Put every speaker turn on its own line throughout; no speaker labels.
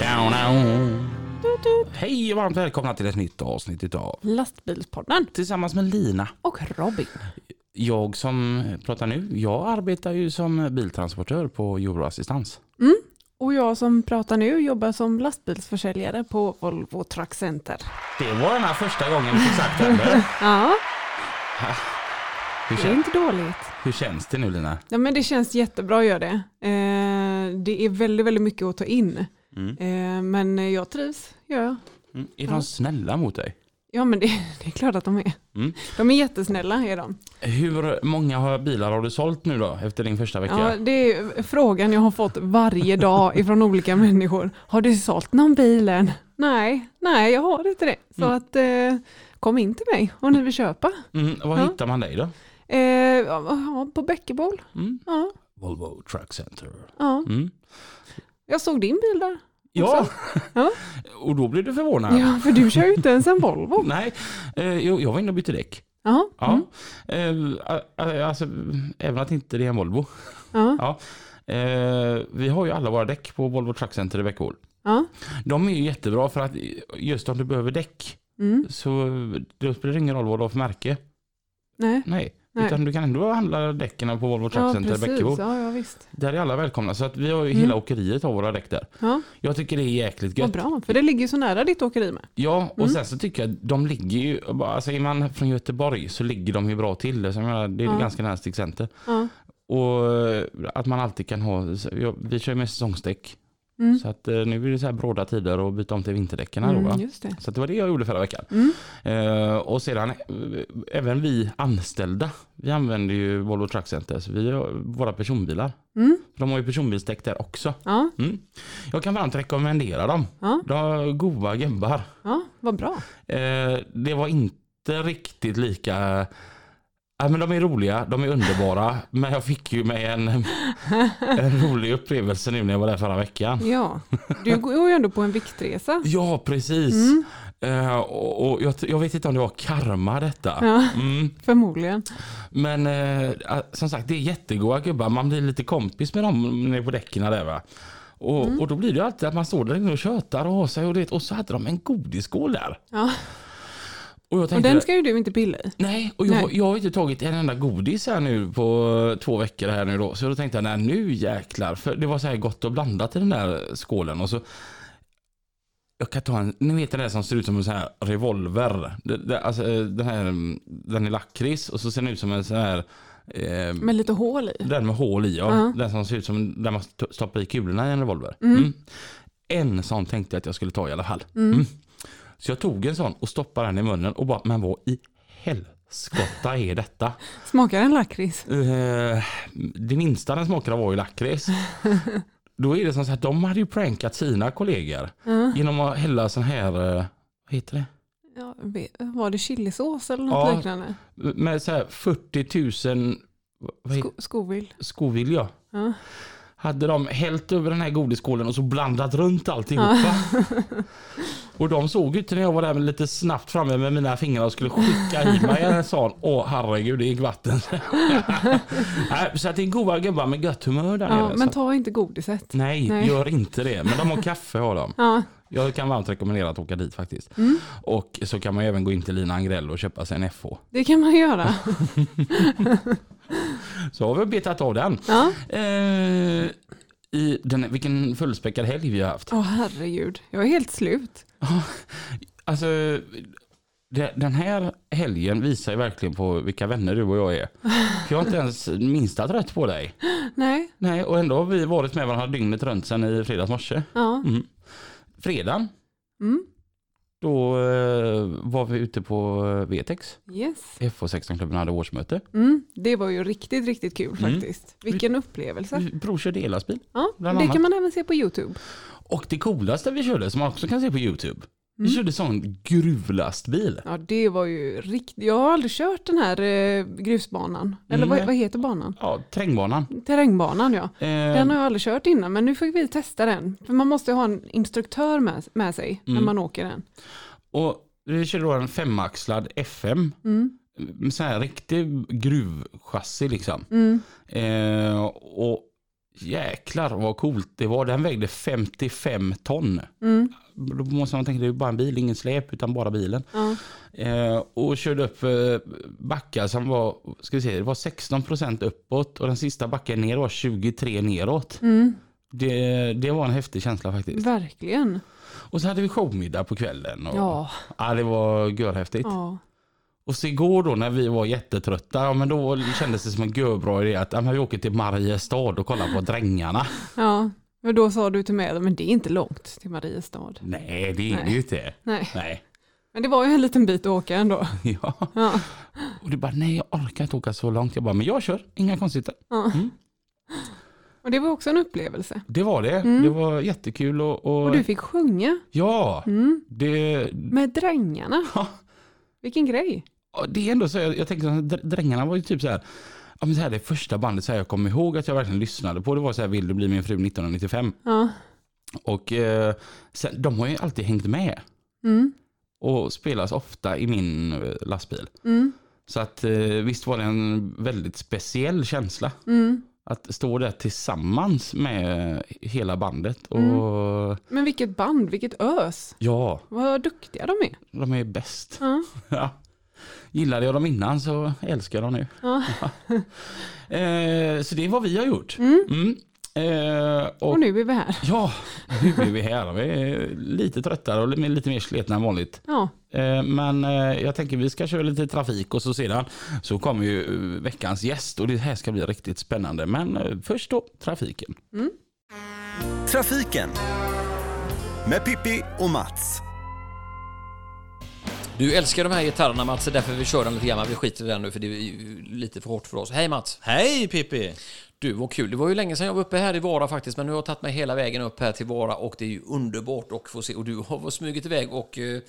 Down, down. Hej och varmt välkomna till ett nytt avsnitt utav
Lastbilspodden
Tillsammans med Lina.
och Robin.
Jag som pratar nu, jag arbetar ju som biltransportör på Euroassistans.
Och jag som pratar nu jobbar som lastbilsförsäljare på Volvo Truck Center.
Det var den här första gången vi fick sagt det.
Mm.
eller?
Ja,
Hur,
det är
kän-
inte dåligt.
hur känns det nu Lina?
Ja, men det känns jättebra gör det. Eh, det är väldigt, väldigt mycket att ta in. Eh, men jag trivs, gör jag.
Mm. Är de snälla mot dig?
Ja, men det, det är klart att de är.
Mm.
De är jättesnälla, är de.
Hur många har- bilar har du sålt nu då efter din första vecka?
Ja, det är frågan jag har fått varje dag ifrån olika människor. Har du sålt någon bil än? Nej, nej jag har inte det. Så
Mm.
att eh, kom in till mig om ni vill köpa.
Mm, var
Ja.
hittar man dig då?
Eh, ja, ja, på Bäckebol.
Mm.
Ja,
Volvo Truck Center.
ja.
Mm.
Jag såg din bil där.
Ja,
Ja.
och då blev du förvånad.
Ja, för du kör ju inte ens en Volvo.
Nej, eh, jo, jag var inne och bytte däck.
Ja,
Ja.
mm,
Eh, a- a- alltså, även att inte det är en Volvo.
ja,
Ja. Eh, vi har ju alla våra däck på Volvo Truck Center i Växjö.
ja.
De är ju jättebra för att just om du behöver däck
Mm,
så då spelar det ingen roll vad du har för märke.
nej.
Nej.
Nej.
Utan du kan ändå handla däcken på Volvo Truck
Ja,
Center i
precis.
Bäckebo.
Ja, ja, visst.
Där är alla välkomna. Så att vi har ju
Mm.
hela åkeriet av våra däck där.
Ja,
Jag tycker det är
vad
jäkligt gött.
bra. För det ligger ju så nära ditt åkeri med.
Ja, och
Mm.
sen så tycker jag att de ligger ju, alltså är man från Göteborg så ligger de ju bra till. Det, så jag menar, det är
Ja.
ganska nära Stig Center.
Ja,
Och eh, att man alltid kan ha, så- ja, vi kör ju med säsongsdäck.
mm.
Så att eh, nu är det så här bråda tider och byta om till vinterdäcken här då va?
Mm, just det.
Så att det var det jag gjorde förra veckan.
Mm.
Eh, och sedan, eh, även vi anställda, vi använder ju Volvo Truck Center, så vi har våra personbilar.
Mm.
De har ju personbilsdäck där också.
Ja,
Mm. Jag kan varmt rekommendera dem.
Ja.
De har goa gubbar.
ja, vad bra.
Eh, det var inte riktigt lika... Ja, men de är roliga, de är underbara, men jag fick ju med en, en rolig upplevelse nu när jag var där förra veckan.
Ja, du går ju ändå på en viktresa.
Ja, precis.
Mm,
Eh, och, och jag, jag vet inte om det var karma detta.
Ja.
Mm.
förmodligen.
Men eh, ah, som sagt, det är jättegoda gubbar. Man blir lite kompis med dem nere på däcken där va. Och,
Mm.
och då blir det ju alltid att man står där inne och tjötar och har sig och, det, och så hade de en godisskål där.
Ja.
Och jag
Och
tänkte,
den ska ju du inte pilla i.
Nej, och jag,
Nej.
jag har inte tagit en enda godis här nu på två veckor här nu då. Så då tänkte jag, nej nu jäklar. För det var så här gott och blandat i den där skålen. Och så, jag kan ta en, ni vet den där som ser ut som en sån här revolver. Det, det, alltså, eh, den, här, mm, den är lakrits och så ser den ut som en sån här eh,
Med lite hål i.
den med hål i, ja.
Ja.
Den som ser ut som där man st- stoppar i kulorna i en revolver.
Mm.
Mm. En sån tänkte jag att jag skulle ta i alla fall.
Mm.
Mm. Så jag tog en sån och stoppade den i munnen och bara, men vad i helskotta är detta?
Smakar en lakrits?
Eh, det minsta den smakade var ju lakrits. Då är det som så att de hade ju prankat sina kollegor
Ja.
genom att hälla sån här, eh, vad heter det?
Ja, ve- var det chilisås eller något
Ja.
liknande?
Med så här 40 000, vad heter
Sko skovill.
Scoville ja.
Ja.
Hade de hällt över den här godisskålen och så blandat runt alltihopa. och de såg ju inte när jag var där med lite snabbt framme med mina fingrar och skulle skicka i mig en sån. Åh herregud det gick vatten. Nej, så att det är goda gubbar med gött humör där
Ja,
nere.
men
så att,
ta inte godiset.
nej,
Nej.
gör inte det. Men de har kaffe har de.
Ja.
Jag kan varmt rekommendera att åka dit faktiskt.
Mm.
Och så kan man ju även gå in till Lina Angrell och köpa sig en FH.
Det kan man göra.
Så har vi betat av den.
Ja.
Eh, i den, vilken fullspäckad helg vi har haft.
Åh herregud, jag är helt slut.
Alltså, det, den här helgen visar ju verkligen på vilka vänner du och jag är. För jag har inte ens minsta trött på dig.
Nej,
Nej, och ändå har vi varit Mm. med varandra dygnet runt sedan i fredags morse.
ja.
Mm. Fredagen,
Mm.
Då eh, var vi ute på eh, VTX.
Yes.
FH16-klubben hade årsmöte.
Mm, det var ju riktigt, riktigt kul
Mm.
faktiskt. Vilken upplevelse.
Vi provkörde elastbil.
Ja,
bland
det
annat.
kan man även se på YouTube.
Och det coolaste vi körde, som man också kan se på YouTube, vi
Mm.
körde sån gruvlastbil.
Ja, det var ju riktigt. Jag har aldrig kört den här eh, grusbanan. Eller
Nej.
vad, vad heter banan?
Ja, terrängbanan.
Terrängbanan ja.
Eh,
Den har jag aldrig kört innan men nu fick vi testa den. För man måste ju ha en instruktör med, med sig när
Mm.
man åker den.
Och vi körde då en femaxlad FM.
Mm.
Med sån här riktig gruvchassi liksom.
Mm.
Eh, och jäklar vad coolt det var. Den vägde 55 ton.
Mm.
Då måste man tänka det är ju bara en bil, ingen släp utan bara bilen.
Ja.
Eh, och körde upp eh, backar som var, ska vi se, det var 16% uppåt och den sista backen ner var 23 neråt.
Mm.
Det, det var en häftig känsla faktiskt.
Verkligen.
Och så hade vi showmiddag på kvällen. Och,
Ja.
ja, det var görhäftigt.
ja.
Och så igår då när vi var jättetrötta, ja, men då kändes det som en görbra idé att ja, men vi åker till Mariestad och kollar på Drängarna.
ja. Men då sa du till mig, men det är inte långt till Mariestad.
Nej, det är det
Nej.
ju inte.
Nej,
Nej.
men det var ju en liten bit att åka ändå.
Ja.
Ja.
Och du bara, nej jag orkar inte åka så långt. Jag bara, men jag kör, inga konstigheter.
Ja.
Mm.
Och det var också en upplevelse.
Det var det.
Mm.
Det var jättekul och, och,
Och du fick sjunga
ja,
mm.
det,
med drängarna.
Ja.
Vilken grej.
ja, det är ändå så. Jag, jag tänker så här, dr- Drängarna var ju typ så här, ja, men så här det första bandet så här, jag kommer ihåg att jag verkligen lyssnade på. Det var så här, Vill du bli min fru 1995.
Ja.
Och eh, sen, de har ju alltid hängt med
Mm.
och spelas ofta i min eh, lastbil.
Mm.
Så att eh, visst var det en väldigt speciell känsla.
Mm.
Att stå där tillsammans med hela bandet. Och
Mm. Men vilket band, vilket ös.
ja,
Vad duktiga de är.
de är bäst.
Ja.
Ja. Gillade jag dem innan så älskar jag dem nu.
Ja.
Eh, så det är vad vi har gjort.
Mm.
Mm. Eh, och,
Och nu är vi här.
Ja, nu är vi här. Vi är lite tröttare och li- lite mer slitna än vanligt.
Ja.
Eh, men eh, jag tänker vi ska köra lite trafik och så sedan så kommer ju eh, veckans gäst och det här ska bli riktigt spännande. Men eh, först då trafiken.
Trafiken med Pippi och Mats.
Du älskar de här gitarrerna Mats, det är därför vi kör den lite grann. Men Vi skiter i den nu för det är ju lite för hårt för oss. Hej Mats!
Hej Pippi!
Du, vad kul. Det var ju länge sedan jag var uppe här i Vara faktiskt, men nu har jag tagit mig hela vägen upp här till Vara och det är ju underbart att få se. Och du har smugit iväg och eh,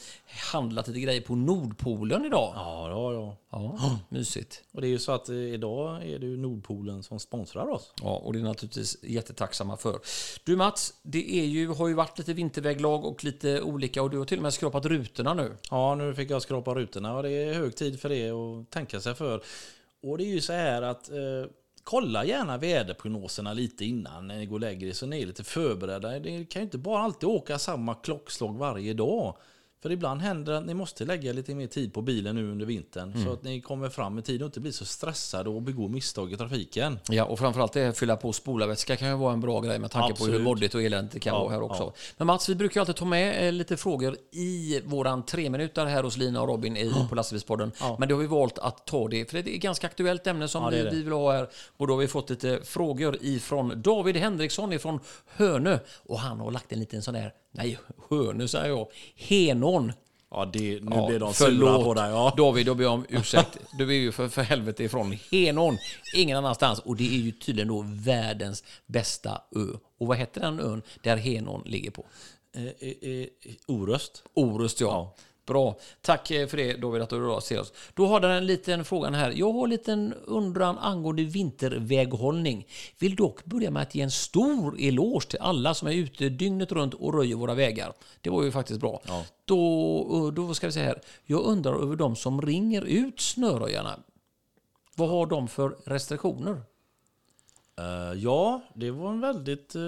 handlat lite grejer på Nordpolen idag. Ja,
Ja, ja, ja.
mysigt.
Och det är ju så att eh, idag är det ju Nordpolen som sponsrar oss.
Ja, och det är naturligtvis jättetacksamma för. Du Mats, det är ju, har ju varit lite vinterväglag och lite olika och du har till och med skrapat rutorna nu.
Ja, nu fick jag skrapa rutorna och det är hög tid för det och tänka sig för. Och det är ju så här att eh, kolla gärna väderprognoserna lite innan när ni går och lägger er så ni är lite förberedda. Ni kan ju inte bara alltid åka samma klockslag varje dag. För ibland händer det att ni måste lägga lite mer tid på bilen nu under vintern så att ni kommer fram i tid och inte blir så stressade och begår misstag i trafiken.
Ja, och framförallt det här fylla på spolarvätska kan ju vara en bra grej med tanke på hur
Absolut.
moddigt och eländigt det kan vara här också. Men Mats, vi brukar ju alltid ta med eh, lite frågor i våran tre minuter här hos Lina och Robin i, på Lastbilspodden. Men det har vi valt att ta det, för det är ett ganska aktuellt ämne som
Ja, det
vi,
är det.
vi vill ha här. Och då har vi fått lite frågor ifrån David Henriksson ifrån Hönö. Och han har lagt en liten sån här, nej Hönö säger jag, Henån.
Ja, det, nu
Ja,
blir de sura
förlåt,
på dig. Ja.
David, då ber jag om ursäkt. Du är ju för, för helvete ifrån Henån, ingen annanstans. Och det är ju tydligen då världens bästa ö. Och vad heter den ön där Henån ligger på?
Eh, eh, eh, oröst.
Orust, ja. Bra. Tack eh, för det David, att du då ser oss. Då har den en liten fråga här. Jag har en liten undran angående vinterväghållning. Vill dock börja med att ge en stor eloge till alla som är ute dygnet runt och röjer våra vägar. Det var ju faktiskt bra. Då, eh, då ska vi se här. Jag undrar över de som ringer ut snöröjarna. Vad har de för restriktioner?
Eh, ja, det var en väldigt eh,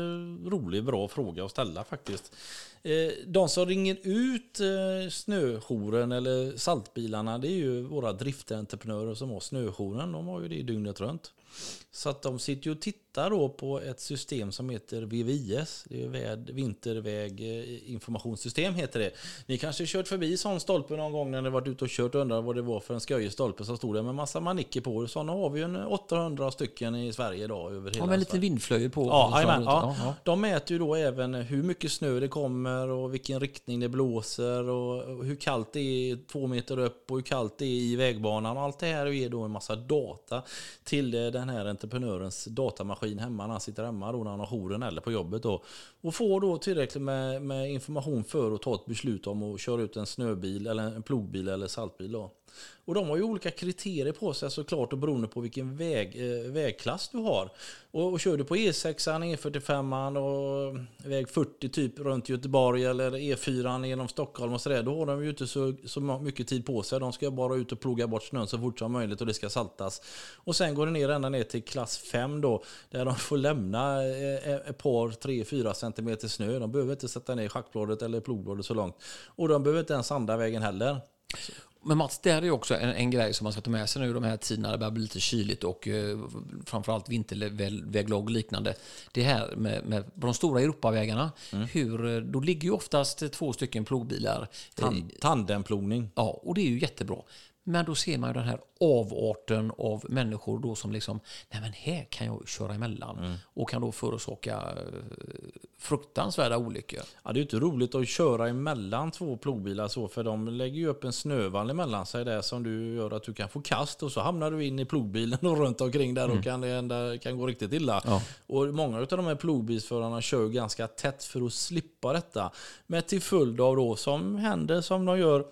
rolig, bra fråga att ställa faktiskt. Eh, de som ringer ut uh, snöjouren eller saltbilarna, det är ju våra driftentreprenörer som har snöjouren. De har ju det dygnet runt. Så att de sitter ju och tittar tittar då på ett system som heter VVIS, det är väd, vinterväg eh, informationssystem heter det. Ni kanske kört förbi sån stolpe någon gång när ni varit ute och kört och undrar vad det var för en sköjig stolpe som stod där med massa manicker på. Sådana har vi ju en 800 stycken i Sverige idag över hela
Ja, med
Sverige.
lite vindflöjor på.
alltså. Ja, jajamän,
ja,
ja. De mäter ju då även hur mycket snö det kommer och vilken riktning det blåser och hur kallt det är två meter upp och hur kallt det är i vägbanan. Allt det här ger då en massa data till eh, den här entreprenörens datamaskin hemma när han sitter hemma då när han har jouren eller på jobbet då. Och får då tillräckligt med, med information för att ta ett beslut om att köra ut en snöbil eller en plogbil eller saltbil då. Och de har ju olika kriterier på sig såklart och beroende på vilken väg, eh, vägklass du har. Och, och kör du på E E6, E45 och väg 40 typ runt Göteborg eller E4 genom Stockholm och sådär. Då har de ju inte så, så mycket tid på sig. De ska bara ut och ploga bort snön så fort som möjligt och det ska saltas. Och sen går det ner ända ner till klass 5 då. Där de får lämna eh, ett par, 3-4 centimeter snö. De behöver inte sätta ner schackbladet eller plogbladet så långt. Och de behöver inte ens sanda vägen heller.
Men Mats, det här är ju också en, en grej som man ska ta med sig nu de här tiderna. Det börjar bli lite kyligt och eh, framförallt vinterväglag och liknande. Det här med, med på de stora Europavägarna, hur, eh, då ligger ju oftast två stycken plogbilar. eh,
Tan- tandemplogning.
Ja, och det är ju jättebra. Men då ser man ju den här avarten av människor då som liksom, nej men här kan jag köra emellan och kan då förorsaka eh, fruktansvärda olyckor.
Ja, det är ju inte roligt att köra emellan två plogbilar så för de lägger ju upp en snövall emellan sig där som du gör att du kan få kast och så hamnar du in i plogbilen och runt omkring där och kan det hända, kan gå riktigt illa. Och många av de här plogbilsförarna kör ganska tätt för att slippa detta. Med till följd av då som händer som de gör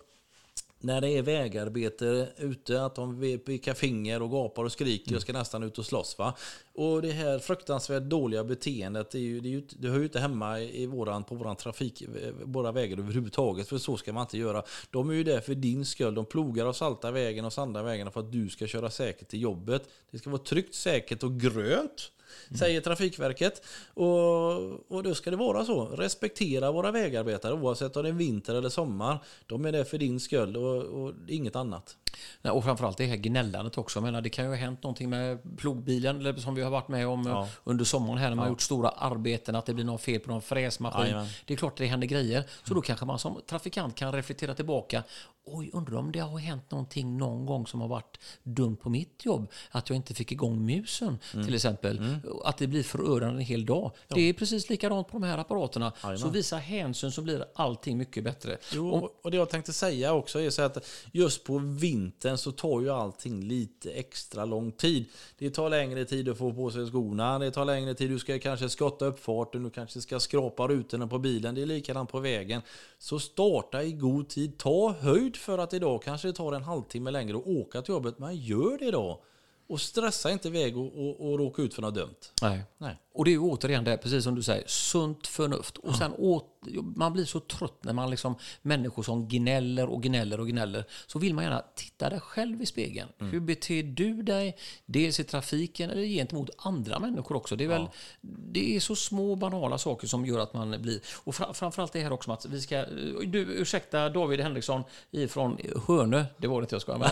när det är vägarbete ute, att de pekar finger och gapar och skriker och ska nästan ut och slåss. Va? Och det här fruktansvärt dåliga beteendet, det, är ju, det, är ju, det hör ju inte hemma i våran, på våran trafik, eh, våra vägar överhuvudtaget, för så ska man inte göra. De är ju där för din skull, de plogar och saltar vägen och sandar vägarna för att du ska köra säkert till jobbet. Det ska vara tryggt, säkert och grönt. Mm. Säger Trafikverket. Och, och då ska det vara så. Respektera våra vägarbetare oavsett om det är vinter eller sommar. De är där för din skull och, och inget annat.
Nej, och framförallt det här gnällandet också. Jag menar, det kan ju ha hänt någonting med plogbilen eller som vi har varit med om eh,
Ja.
under sommaren här när man har gjort stora arbeten, att det blir något fel på någon fräsmaskin.
Jajamän. Mm.
Det är klart det händer grejer. Så då kanske man som trafikant kan reflektera tillbaka. Oj, undrar om det har hänt någonting någon gång som har varit dumt på mitt jobb. Att jag inte fick igång musen
Mm.
till exempel. Att det blir förödande en hel dag. Det är precis likadant på de här apparaterna. Så visa hänsyn så blir allting mycket bättre.
Jo, och- och det jag tänkte säga också är så att just på vintern så tar ju allting lite extra lång tid. Det tar längre tid att få på sig skorna, det tar längre tid, du ska kanske skotta uppfarten, du kanske ska skrapa rutorna på bilen, det är likadant på vägen. Så starta i god tid, ta höjd för att idag kanske det tar en halvtimme längre att åka till jobbet, men gör det då. Och stressa inte iväg och, och, och råka ut för något dumt.
Nej.
Nej.
Och det är ju återigen det, precis som du säger, sunt förnuft. Och sen åt, man blir så trött när man liksom, människor som gnäller och gnäller och gnäller. Så vill man gärna titta dig själv i spegeln. Hur beter du dig? Dels i trafiken eller gentemot andra människor också. Det är, väl, det är så små banala saker som gör att man blir... Och fra, framförallt det här också Mats, vi ska... Du, ursäkta David Henriksson ifrån Hönö, det var det inte jag skojar med.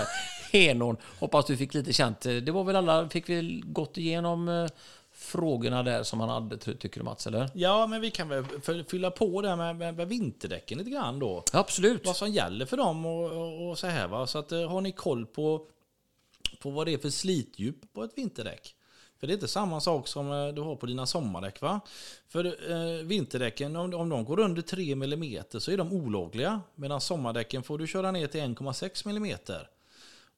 Henån, hoppas du fick lite känt. Det var väl alla, fick vi gått igenom eh, frågorna där som han hade, ty- tycker du Mats? Eller?
Ja, men vi kan väl f- fylla på det här med, med, med vinterdäcken lite grann då.
Absolut.
vad som gäller för dem och, och, och så här va. Så att, eh, har ni koll på, på vad det är för slitdjup på ett vinterdäck? För det är inte samma sak som eh, du har på dina sommardäck va? För eh, vinterdäcken, om, om de går under 3 mm så är de olagliga. Medan sommardäcken får du köra ner till 1,6 mm.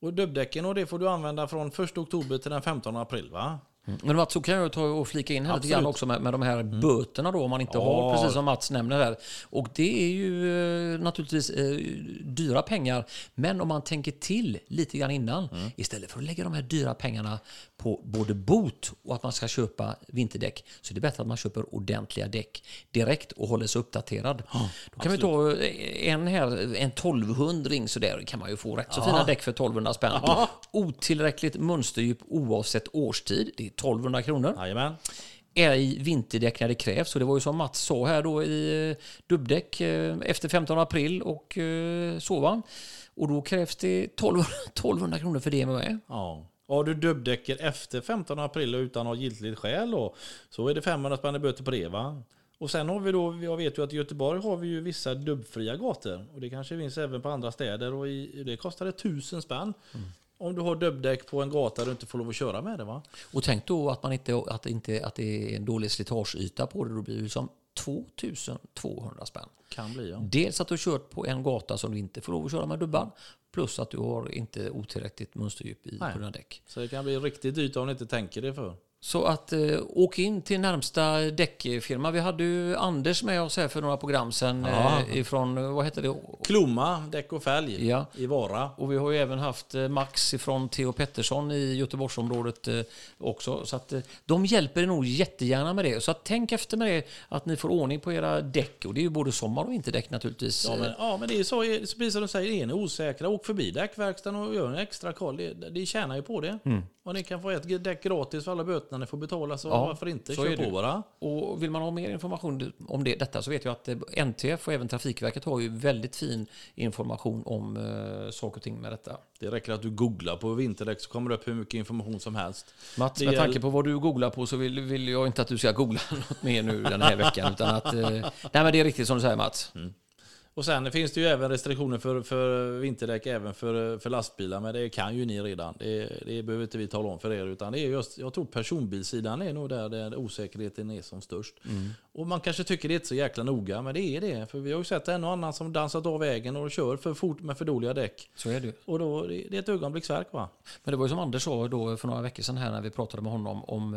Och dubbdäcken och det får du använda från 1 oktober till den 15 april va?
Mm. Men Mats, så kan jag ta och flika in här lite grann
Absolut.
också med, med de här böterna då, om man inte har, precis som Mats nämner här. Och det är ju eh, naturligtvis eh, dyra pengar, men om man tänker till lite grann innan, istället för att lägga de här dyra pengarna på både bot och att man ska köpa vinterdäck, så är det bättre att man köper ordentliga däck direkt och håller sig uppdaterad. Då kan vi ta eh, en här, en 1200-ring sådär, kan man ju få rätt så fina däck för 1200 spänn. Otillräckligt mönsterdjup oavsett årstid, det är 1200 kronor
Jajamän.
är i vinterdäck när det krävs. Och det var ju som Mats sa här då i eh, dubbdäck eh, efter 15 april och eh, så va. Och då krävs det 12, 1200 kronor för det med.
Ja. Har du dubbdäcker efter 15 april utan att ha giltigt skäl då, så är det 500 spänn i böter på det va? Och sen har vi då, jag vet ju att i Göteborg har vi ju vissa dubbfria gator. Och det kanske finns även på andra städer och i, det kostar det 1000 spänn. Om du har dubbdäck på en gata du inte får lov att köra med det va?
Och tänk då att, man inte, att, inte, att det är en dålig slitageyta på det. Då blir det ju som 2200 spänn.
Kan bli ja.
Dels att du har kört på en gata som du inte får lov att köra med dubban. Plus att du har inte otillräckligt mönsterdjup i
Nej.
på dina däck.
Så det kan bli riktigt dyrt om du inte tänker det för.
Så att eh, åk in till närmsta däckfirma. Vi hade ju Anders med oss här för några program sedan. Eh, ifrån, eh, vad hette det?
Klomma, däck och fälg
Ja.
i Vara.
Och vi har ju även haft eh, Max ifrån Theo Pettersson i Göteborgsområdet eh, också. Så att eh, de hjälper er nog jättegärna med det. Så att tänk efter med det att ni får ordning på era däck. Och det är ju både sommar och vinterdäck naturligtvis. Eh,
Ja men, ja men det är så, så precis som de säger, är ni osäkra, åk förbi däckverkstaden och gör en extra koll. Det, det tjänar ju på det. Och ni kan få ett däck gratis för alla böterna ni får betala, så
Ja,
varför inte?
så
Kör
är det.
på bara.
Och vill man ha mer information om det, detta så vet jag att eh, NTF och även Trafikverket har ju väldigt fin information om eh, saker och ting med detta.
Det räcker att du googlar på vinterdäck så kommer det upp hur mycket information som helst.
Mats,
Det
med
gäll-
tanke på vad du googlar på så vill, vill jag inte att du ska googla något mer nu den här veckan. Utan att, eh, nej men det är riktigt som du säger Mats.
Mm. Och sen finns det ju även restriktioner för, för vinterdäck även för, för lastbilar, men det kan ju ni redan. Det, det behöver inte vi tala om för er, utan det är just, jag tror personbilsidan är nog där, där osäkerheten är som störst. Och man kanske tycker det är inte så jäkla noga, men det är det. För vi har ju sett en och annan som dansat av vägen och kör för fort med för dåliga däck.
Så är det ju.
Och då, det det är ett ögonblicksverk va?
Men det var ju som Anders sa då för några veckor sedan här när vi pratade med honom om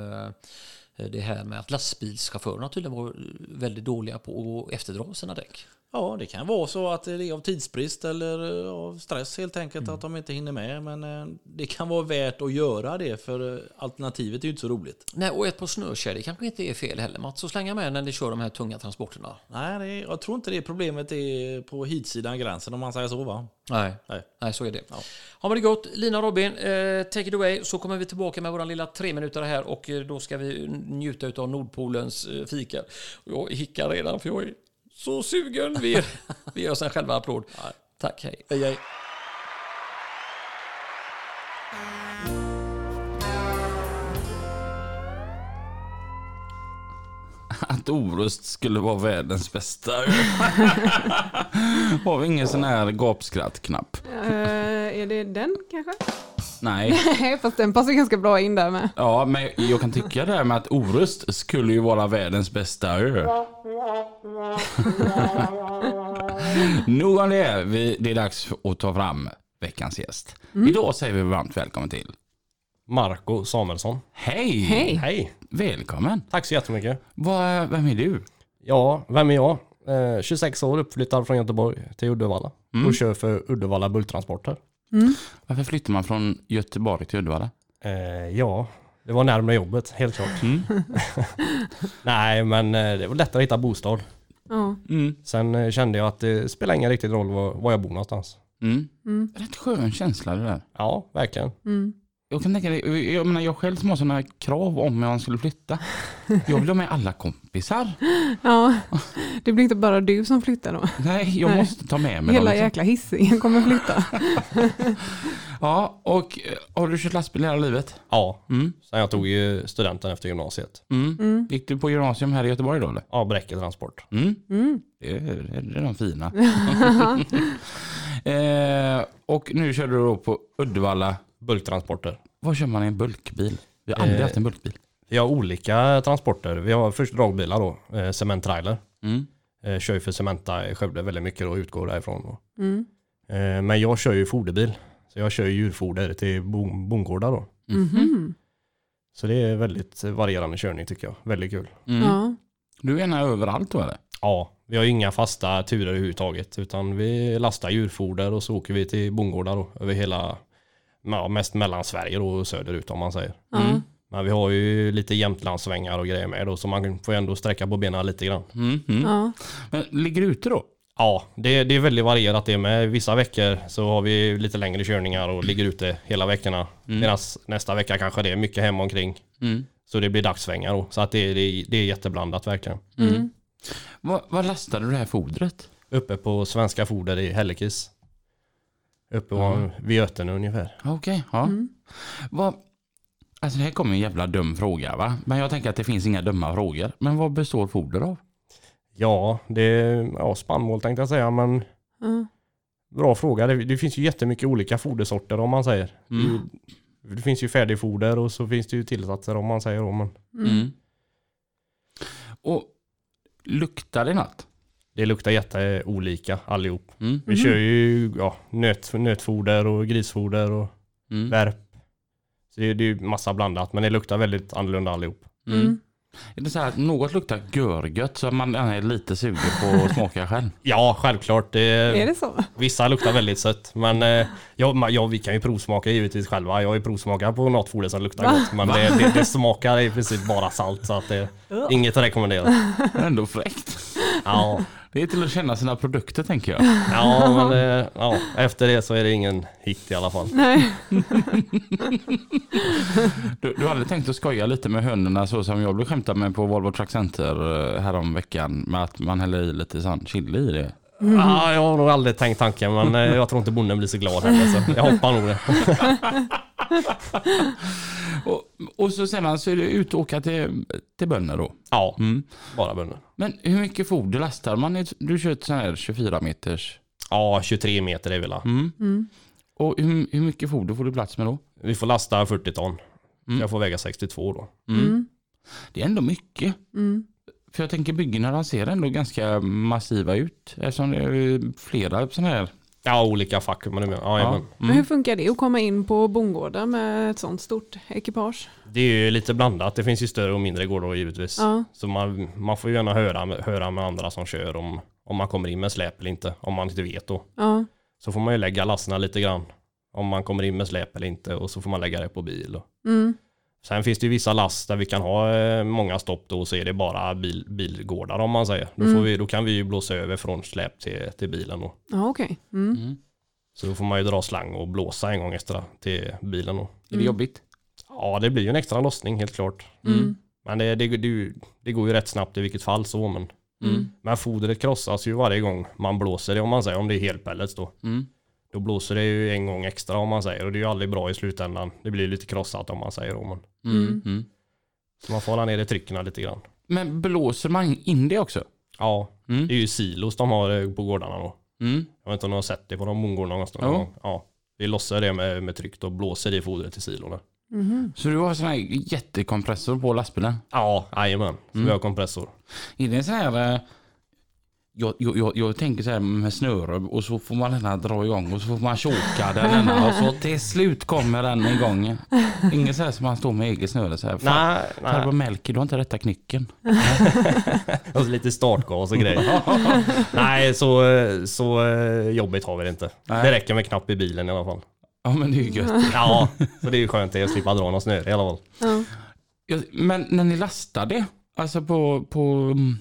eh, det här med att lastbilschaufförerna tydligen var väldigt dåliga på att efterdra sina däck.
Ja, det kan vara så att det är av tidsbrist eller eh, av stress helt enkelt att de inte hinner med. Men eh, det kan vara värt att göra det för eh, alternativet är ju inte så roligt.
Nej, och ett par snökedjor kanske inte är fel heller Mats, så slänga med när ni kör de här tunga transporterna.
Nej, det, jag tror inte det problemet är på hitsidan gränsen om man säger så va?
Nej.
Nej.
Nej, så är det. Ja. men det är gott. Lina och Robin, eh, take it away så kommer vi tillbaka med våran lilla tre minuter här och eh, då ska vi njuta utav Nordpolens eh, fika. Jag hickar redan för jag är så sugen. Vi, vi gör oss en själva applåd. Tack, hej.
Hej, hej.
Att Orust skulle vara världens bästa öl. Har vi ingen sån här gapskrattknapp?
Eh, är det den kanske?
Nej.
Nej, fast den passar ganska bra in där med.
Ja, men jag kan tycka det här med att Orust skulle ju vara världens bästa ö. Nog om det. Vi, det är dags att ta fram veckans gäst. Idag säger vi varmt välkommen till.
Marco Samuelsson.
Hej!
Hej!
Hej!
Välkommen!
Tack så jättemycket.
Vad- vem är du?
Ja, vem är jag? Eh, 26 år, uppflyttad från Göteborg till Uddevalla och kör för Uddevalla Bulktransporter.
Varför flyttar man från Göteborg till Uddevalla?
Eh, ja, det var närmare jobbet, helt klart.
Mm.
Nej, men eh, det var lättare att hitta bostad.
Ja.
Mm.
Sen eh, kände jag att det spelar ingen riktigt roll var, var jag bor någonstans.
Mm. Rätt skön känsla det där.
Ja, verkligen.
mm.
Jag kan tänka dig, jag menar jag själv som har sådana krav om jag skulle flytta. Jag vill ha med alla kompisar.
ja, det blir inte bara du som flyttar då.
Nej, jag
Nej.
måste ta med mig dem.
Hela
liksom.
jäkla Hisingen kommer flytta.
Ja, och eh, har du kört lastbil hela livet?
Ja,
Mm.
sen jag tog ju studenten efter gymnasiet.
Mm. Gick du på gymnasium här i Göteborg då eller?
Ja, Bräcke Transport.
Mm.
Mm.
Det är, det är de fina. eh, och nu kör du då på Uddevalla.
Bulktransporter.
Vad kör man i en bulkbil? Vi har aldrig
Eh.
haft en bulkbil.
Vi har olika transporter. Vi har först dragbilar då, eh, cementtrailer.
Mm.
Eh, kör ju för Cementa i Skövde väldigt mycket och utgår därifrån. Då.
Mm.
Eh, men jag kör ju foderbil. Så jag kör ju djurfoder till bon- bondgårdar då.
Mm.
Mhm.
Så det är väldigt varierande körning tycker jag. Väldigt kul.
Mm.
Ja.
Du är gärna överallt då eller?
Ja, vi har ju inga fasta turer överhuvudtaget. Utan vi lastar djurfoder och så åker vi till bondgårdar då. Över hela, ja, mest mellan Sverige då och söderut om man säger.
Ja.
Men vi har ju lite Jämtlandssvängar och grejer med då. Så man får ju ändå sträcka på benen lite grann.
Mm. Mm.
Ja.
Men ligger du ute då?
Ja, det, det är väldigt varierat det med. Vissa veckor så har vi lite längre körningar och ligger ute hela veckorna. Medan nästa vecka kanske det är mycket hemma omkring.
Mm.
Så det blir dagssvängar då. Så att det, det, det är jätteblandat verkligen.
Mm.
Vad, vad lastade du det här fodret?
Uppe på Svenska Foder i Hällekis. Uppe mm. vid Götene ungefär.
Okej, ja. Vad, alltså det här kommer en jävla dum fråga va? Men jag tänker att det finns inga dumma frågor. Men vad består foder av?
Ja, det är ja, spannmål tänkte jag säga men
Ja.
bra fråga. Det, det finns ju jättemycket olika fodersorter om man säger.
Mm.
Det finns ju färdigfoder och så finns det ju tillsatser om man säger om men
Mm. Och luktar det något?
det luktar jätteolika allihop.
Mm.
Vi kör ju ja, nöt, nötfoder och grisfoder och
Mm.
värp. Så det, det är ju massa blandat men det luktar väldigt annorlunda allihop.
Mm. Är det så här att något luktar görgött så man är lite sugen på att smaka själv?
Ja, självklart. Det,
Är det så?
Vissa luktar väldigt sött men eh, jag, ma- jag, vi kan ju provsmaka givetvis själva. Jag är provsmakare på något foder som luktar gott men det, det, det smakar i princip bara salt så att det inget rekommenderat.
Det är ändå fräckt.
Ja,
Det är till att känna sina produkter tänker jag.
ja men eh, ja, efter det så är det ingen hit i alla fall.
Nej.
Du, du hade tänkt att skoja lite med hönorna så som jag blev skämtad med på Volvo Truck Center eh, härom veckan med att man häller i lite sån chili i det.
Ja, Ah, jag har nog aldrig tänkt tanken men eh, jag tror inte bonden blir så glad heller så jag hoppar nog det.
Och, och så sen så är det ut och åka till, till bönder då.
Ja, bara bönder.
Men hur mycket foder lastar man? i- Du kör ett sån här 24 meters.
Ja, 23 meter är vi la.
Och hur, hur mycket foder får du plats med då?
Vi får lasta 40 ton. Jag får väga 62 då.
Mm.
Det är ändå mycket. För jag tänker byggnaderna ser ändå ganska massiva ut. Eftersom det är flera sådana här.
Ja, olika fack. Men, det- ja,
Ja.
jajamän.
Men hur funkar det att komma in på bondgårdar med ett sånt stort ekipage?
Det är ju lite blandat. Det finns ju större och mindre gårdar givetvis.
Ja.
Så man, man får ju gärna höra, med- höra med andra som kör om, om man kommer in med släp eller inte. Om man inte vet då.
Ja.
Så får man ju lägga lasterna lite grann. Om man kommer in med släp eller inte. Och så får man lägga det på bil. Och.
Mm.
Sen finns det ju vissa last där vi kan ha eh, många stopp då. Så är det bara bil, bilgårdar om man säger. Då, får vi, då kan vi ju blåsa över från släp till, till bilen då.
Ja, okej. Mm.
Så då får man ju dra slang och blåsa en gång extra till bilen då.
Är det jobbigt?
Ja, det blir ju en extra lossning helt klart.
Mm.
Mm.
Men det, det, det, är ju- det går ju rätt snabbt i vilket fall så. Men,
Mm.
men fodret krossas ju varje gång man blåser det om man säger, om det är helpellets då.
Mm.
Då blåser det ju en gång extra om man säger och det är ju aldrig bra i slutändan. Det blir lite krossat om man säger då. Men,
Mm. Mm.
så man får hålla nere trycken lite grann.
Men blåser man in det också?
Ja,
Mm.
det är ju silos de har eh, på gårdarna då.
Mm.
Jag vet inte om ni har sett det på någon bondgård någonstans.
Jo.
Ja. ja. Vi lossar det med, med tryck och blåser i fodret i silorna.
Mm. Mhm.
Så du har sån här jättekompressor på lastbilen?
Ja, jajamän. Så
Mm.
Vi har kompressor.
Är det en sån här... eh, Jag, jag, jag, jag tänker så här med snöre och så får man den här dra igång och så får man tjoka den ena och så till slut kommer den igång. Inget så här som man står med eget snöre så här. Fan,
Nej,
Farbror Melker, du har inte rätta knycken.
Och så lite startgas och grejer. Nej, så, så eh, jobbigt har vi det inte.
Nej.
Det räcker med knapp i bilen i alla fall.
Ja men det är ju gött.
Ja, så det är ju skönt det, att slippa dra någon snöre i alla fall.
Ja, Men när ni lastar det, alltså på, på, mm,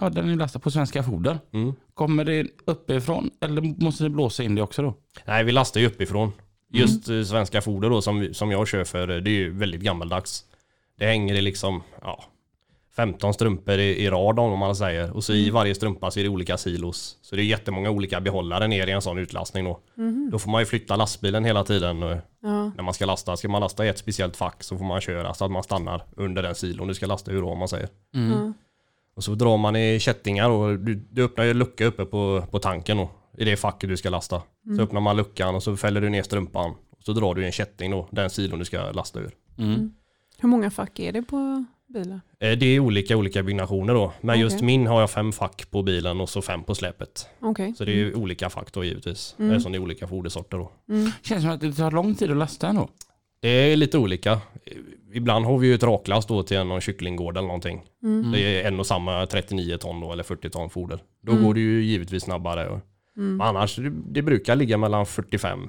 ja, där ni lastar på svenska foder,
Mm.
kommer det uppifrån eller måste ni blåsa in det också då?
Nej, vi lastar ju uppifrån. Just eh, svenska foder då som, vi- som jag kör för, eh, det är ju väldigt gammaldags. Det hänger i liksom, ja, 15 strumpor i, i rad om man säger. Och så i varje strumpa så är det olika silos. Så det är jättemånga olika behållare ner i en sån utlastning då. Då får man ju flytta lastbilen hela tiden. eh,
Ja.
När man ska lasta, ska man lasta i ett speciellt fack så får man köra så att man stannar under den silon du ska lasta ur om man säger.
Ja.
Och så drar man i kättingar och du, du öppnar ju en lucka uppe på, på tanken då, i det facket du ska lasta. Så öppnar man luckan och så fäller du ner strumpan. Och så drar du i en kätting då, den silon du ska lasta ur.
Hur många fack är det på bilar?
Eh, Det är olika olika byggnationer då, men just
Okej.
min har jag fem fack på bilen och så fem på släpet.
Okej.
Så det är ju olika fack då givetvis, eftersom det är olika fodersorter då.
Känns som att det tar lång tid att lasta ändå.
Det är lite olika. Ibland har vi ju ett raklast då till någon kycklinggård eller någonting. Det är en och samma 39 ton då, eller 40 ton foder. Då går det ju givetvis snabbare. och- Men annars, det, det brukar ligga mellan 45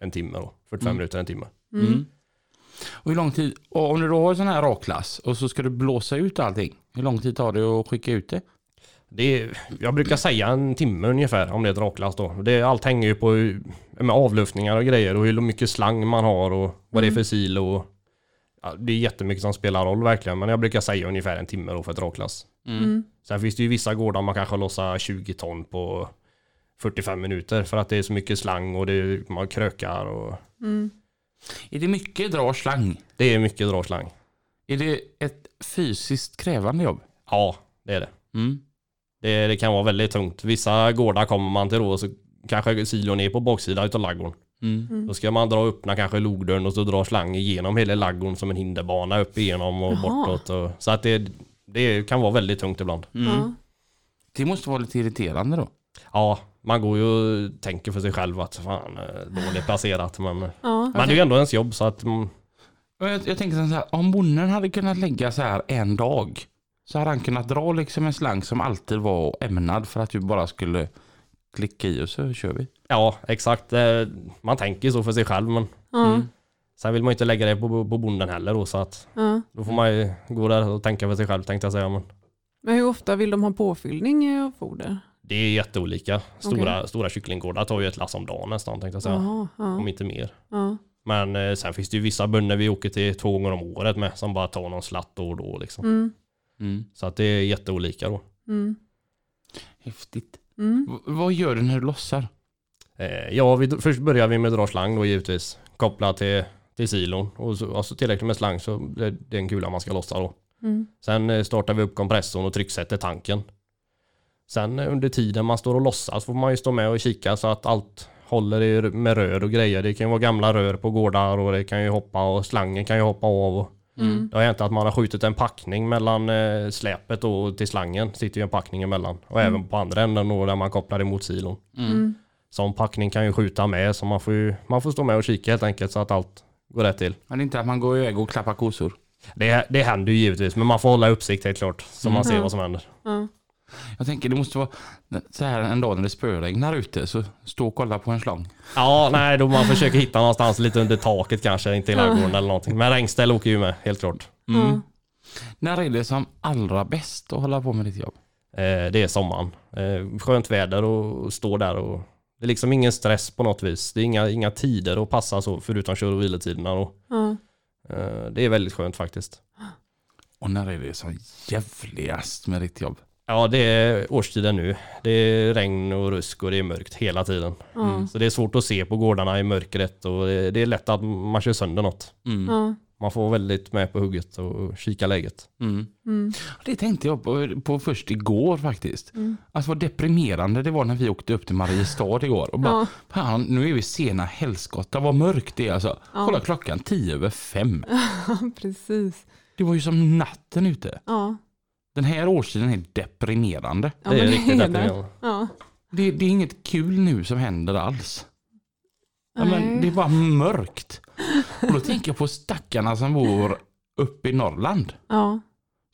en timme då. 45 minuter en timme.
Mm. Och hur lång tid, och om du då har sån här raklass och så ska du blåsa ut allting, hur lång tid tar det att skicka ut det?
Det är, jag brukar säga en timme ungefär om det är ett raklast då. Det, allt hänger ju på hur- med avluftningar och grejer och hur mycket slang man har och vad det är för silo. Och, ja, det är jättemycket som spelar roll verkligen. Men jag brukar säga ungefär en timme då för ett raklast. Sen finns det ju vissa gårdar man kanske lossar 20 ton på 45 minuter för att det är så mycket slang och det är, man krökar och
Är det mycket dra och slang?
det är mycket dra slang.
Är det ett fysiskt krävande jobb?
Ja, det är det.
Mm.
Det, det kan vara väldigt tungt. Vissa gårdar kommer man till då och så kanske silon är på baksidan utav ladugården.
Mm.
Då ska man dra öppna kanske logdörren och så dra slang igenom hela ladugården som en hinderbana upp igenom och
Jaha.
bortåt. Och, så att det, det kan vara väldigt tungt ibland.
Ja.
Det måste vara lite irriterande då.
Ja, man går ju och tänker för sig själv att fan, eh, dåligt placerat. Men, men
Ja.
det är ju ändå ens jobb så att mm,
Och Jag, jag tänker så här, om bonden hade kunnat lägga så här en dag så hade han kunnat dra liksom en slang som alltid var ämnad för att du bara skulle klicka i och så kör vi.
ja, exakt. eh, Man tänker så för sig själv men
Ja.
sen vill man ju inte lägga det på, på bonden heller då så att
Ja.
då får man ju gå där och tänka för sig själv tänkte jag säga. Men
Men hur ofta vill de ha påfyllning eh, av foder?
det är jätteolika. Stora, stora kycklinggårdar tar ju ett lass om dagen nästan tänkte jag säga.
Jaha, ja.
Om inte mer.
Ja.
Men eh, sen finns det ju vissa bönder vi åker till två gånger om året med som bara tar någon slatt då och då liksom.
Mm.
Mm.
Så att det är jätteolika då.
Mm.
Häftigt.
Mm.
V- vad gör du när du lossar?
Eh, ja, vi, först börjar vi med att dra slang då givetvis. Koppla till, till silon. Och så, alltså tillräckligt med slang så det, det är en kula man ska lossa då.
Mm.
Sen eh, startar vi upp kompressorn och trycksätter tanken. Sen eh, under tiden man står och lossar så får man ju stå med och kika så att allt håller i, r- med rör och grejer. Det kan ju vara gamla rör på gårdar och det kan ju hoppa och slangen kan ju hoppa av. Och
Mm.
det har hänt att man har skjutit en packning mellan eh, släpet och till slangen. sitter ju en packning emellan. Och även på andra änden då där man kopplar emot silon.
Mm.
Sån packning kan ju skjuta med så man får, ju, man får stå med och kika helt enkelt så att allt går rätt till.
Men det är inte att man går iväg och klappar kossor.
Det, det händer ju givetvis men man får hålla uppsikt helt klart så man ser vad som händer.
Ja.
Jag tänker det måste vara så här en dag när det spöregnar ute så stå och kolla på en slang.
Ja, nej då man försöker hitta någonstans lite under taket kanske, inte i ladugården eller någonting. Men regnställ åker ju med helt klart.
Ja.
När är det som allra bäst att hålla på med ditt jobb?
Eh, det är sommaren. Eh, skönt väder och, och stå där och det är liksom ingen stress på något vis. Det är inga, inga tider att passa så förutom kör och vilotiderna då.
Ja.
Eh, det är väldigt skönt faktiskt.
Och när är det som jävligast med ditt jobb?
Ja, det är årstiden nu. Det är regn och rusk och det är mörkt hela tiden.
Mm.
Så det är svårt att se på gårdarna i mörkret och det, det är lätt att man kör sönder något.
Ja.
Man får vara väldigt med på hugget och kika läget.
Det tänkte jag på, på först igår faktiskt. Alltså vad deprimerande det var när vi åkte upp till Mariestad igår. Och bara,
Ja.
fan, nu är vi sena helskotta, vad mörkt det är alltså. Kolla klockan, tio över fem.
Precis.
Det var ju som natten ute.
Ja.
Den här årstiden är deprimerande.
Ja,
det är
men
riktigt
det.
deprimerande.
Ja.
Det, det är inget kul nu som händer alls. Ja, men
Nej.
det är bara mörkt. Och då tänker jag på stackarna som bor uppe i Norrland.
Ja.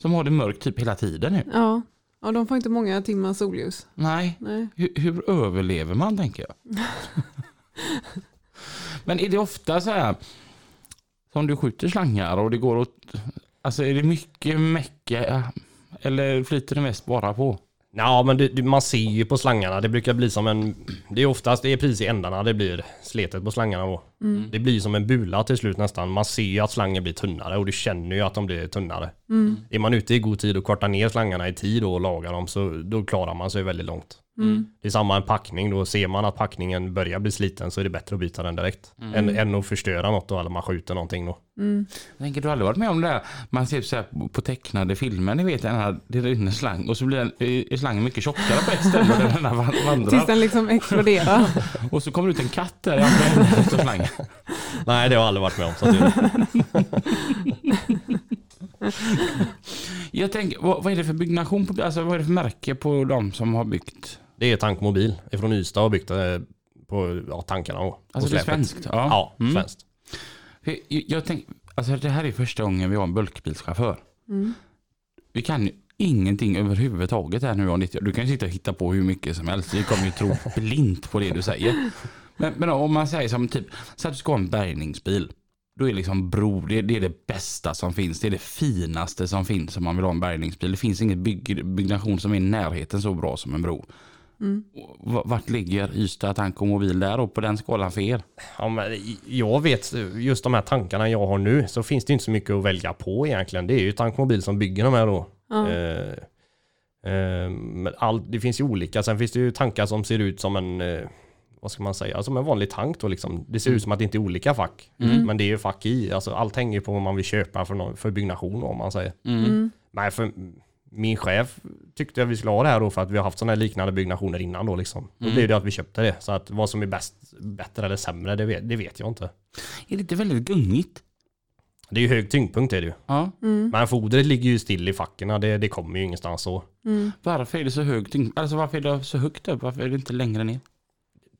Som har det mörkt typ hela tiden nu.
Ja. ja, de får inte många timmar solljus.
Nej,
Nej.
hur, hur överlever man tänker jag. men är det ofta så här som du skjuter slangar och det går åt, alltså är det mycket mecka eller flyter det mest bara på?
Ja, men det, det, man ser ju på slangarna. Det brukar bli som en... Det är oftast det är precis i ändarna det blir sletet på slangarna då. Det blir som en bula till slut nästan. Man ser ju att slangen blir tunnare och du känner ju att de blir tunnare. Är man ute i god tid och kortar ner slangarna i tid och lagar dem så då klarar man sig väldigt långt.
Mm.
Det är samma en packning. Då ser man att packningen börjar bli sliten så är det bättre att byta den direkt.
Mm.
Än, än att förstöra något då eller man skjuter någonting då.
Tänker du har aldrig varit med om det där? Man ser så här på- på tecknade filmer, ni vet den här, det rinner slang och så blir den, är slangen mycket tjockare på ett ställe där den här van-
Tills
vandrar.
den liksom exploderar.
Och så kommer det ut en katt där i andra änden efter slangen.
Nej, det har jag aldrig varit med om. Så att det,
Jag tänker, vad, vad är det för byggnation, på, alltså vad är det för märke på de som har byggt?
Det är tankmobil ifrån Ystad och byggt eh, på ja, tankarna och, och
Alltså det är
släpet.
svenskt? Mm.
Ja, mm. svenskt.
Jag, jag tänk, alltså det här är första gången vi har en bulkbilschaufför. Vi kan ju ingenting överhuvudtaget här nu om ditt jobb. Du kan ju sitta och hitta på hur mycket som helst. Vi kommer ju tro blint på det du säger. Men, men om man säger som typ, så att du ska ha en bärgningsbil. Då är liksom bro, det, det är det bästa som finns. Det är det finaste som finns om man vill ha en bärgningsbil. Det finns ingen bygg, byggnation som är i närheten så bra som en bro. Och v- Vart ligger Ystad Tank och Mobil där och på den skalan för er?
Ja, men i- jag vet, just de här tankarna jag har nu så finns det inte så mycket att välja på egentligen. Det är ju tankmobil som bygger de här då. Eh, Eh, Men all, det finns ju olika. Sen finns det ju tankar som ser ut som en, eh, vad ska man säga, som en vanlig tank då liksom. Det ser ut som att det inte är olika fack. Men det är ju fack i. Alltså allt hänger ju på vad man vill köpa för, nå- för byggnation då, om man säger.
Mm.
Mm.
Nej, för min chef tyckte att vi skulle ha det här då för att vi har haft sådana här liknande byggnationer innan då liksom. Då blev det att vi köpte det. Så att vad som är bäst, bättre eller sämre, det vet, det vet jag inte.
Är det inte väldigt gungigt?
Det är ju hög tyngdpunkt är det ju.
Ja.
Men fodret ligger ju still i facken. Det, det kommer ju ingenstans så.
Varför är det så hög tyngd? Alltså varför är det så högt upp? Varför är det inte längre ner?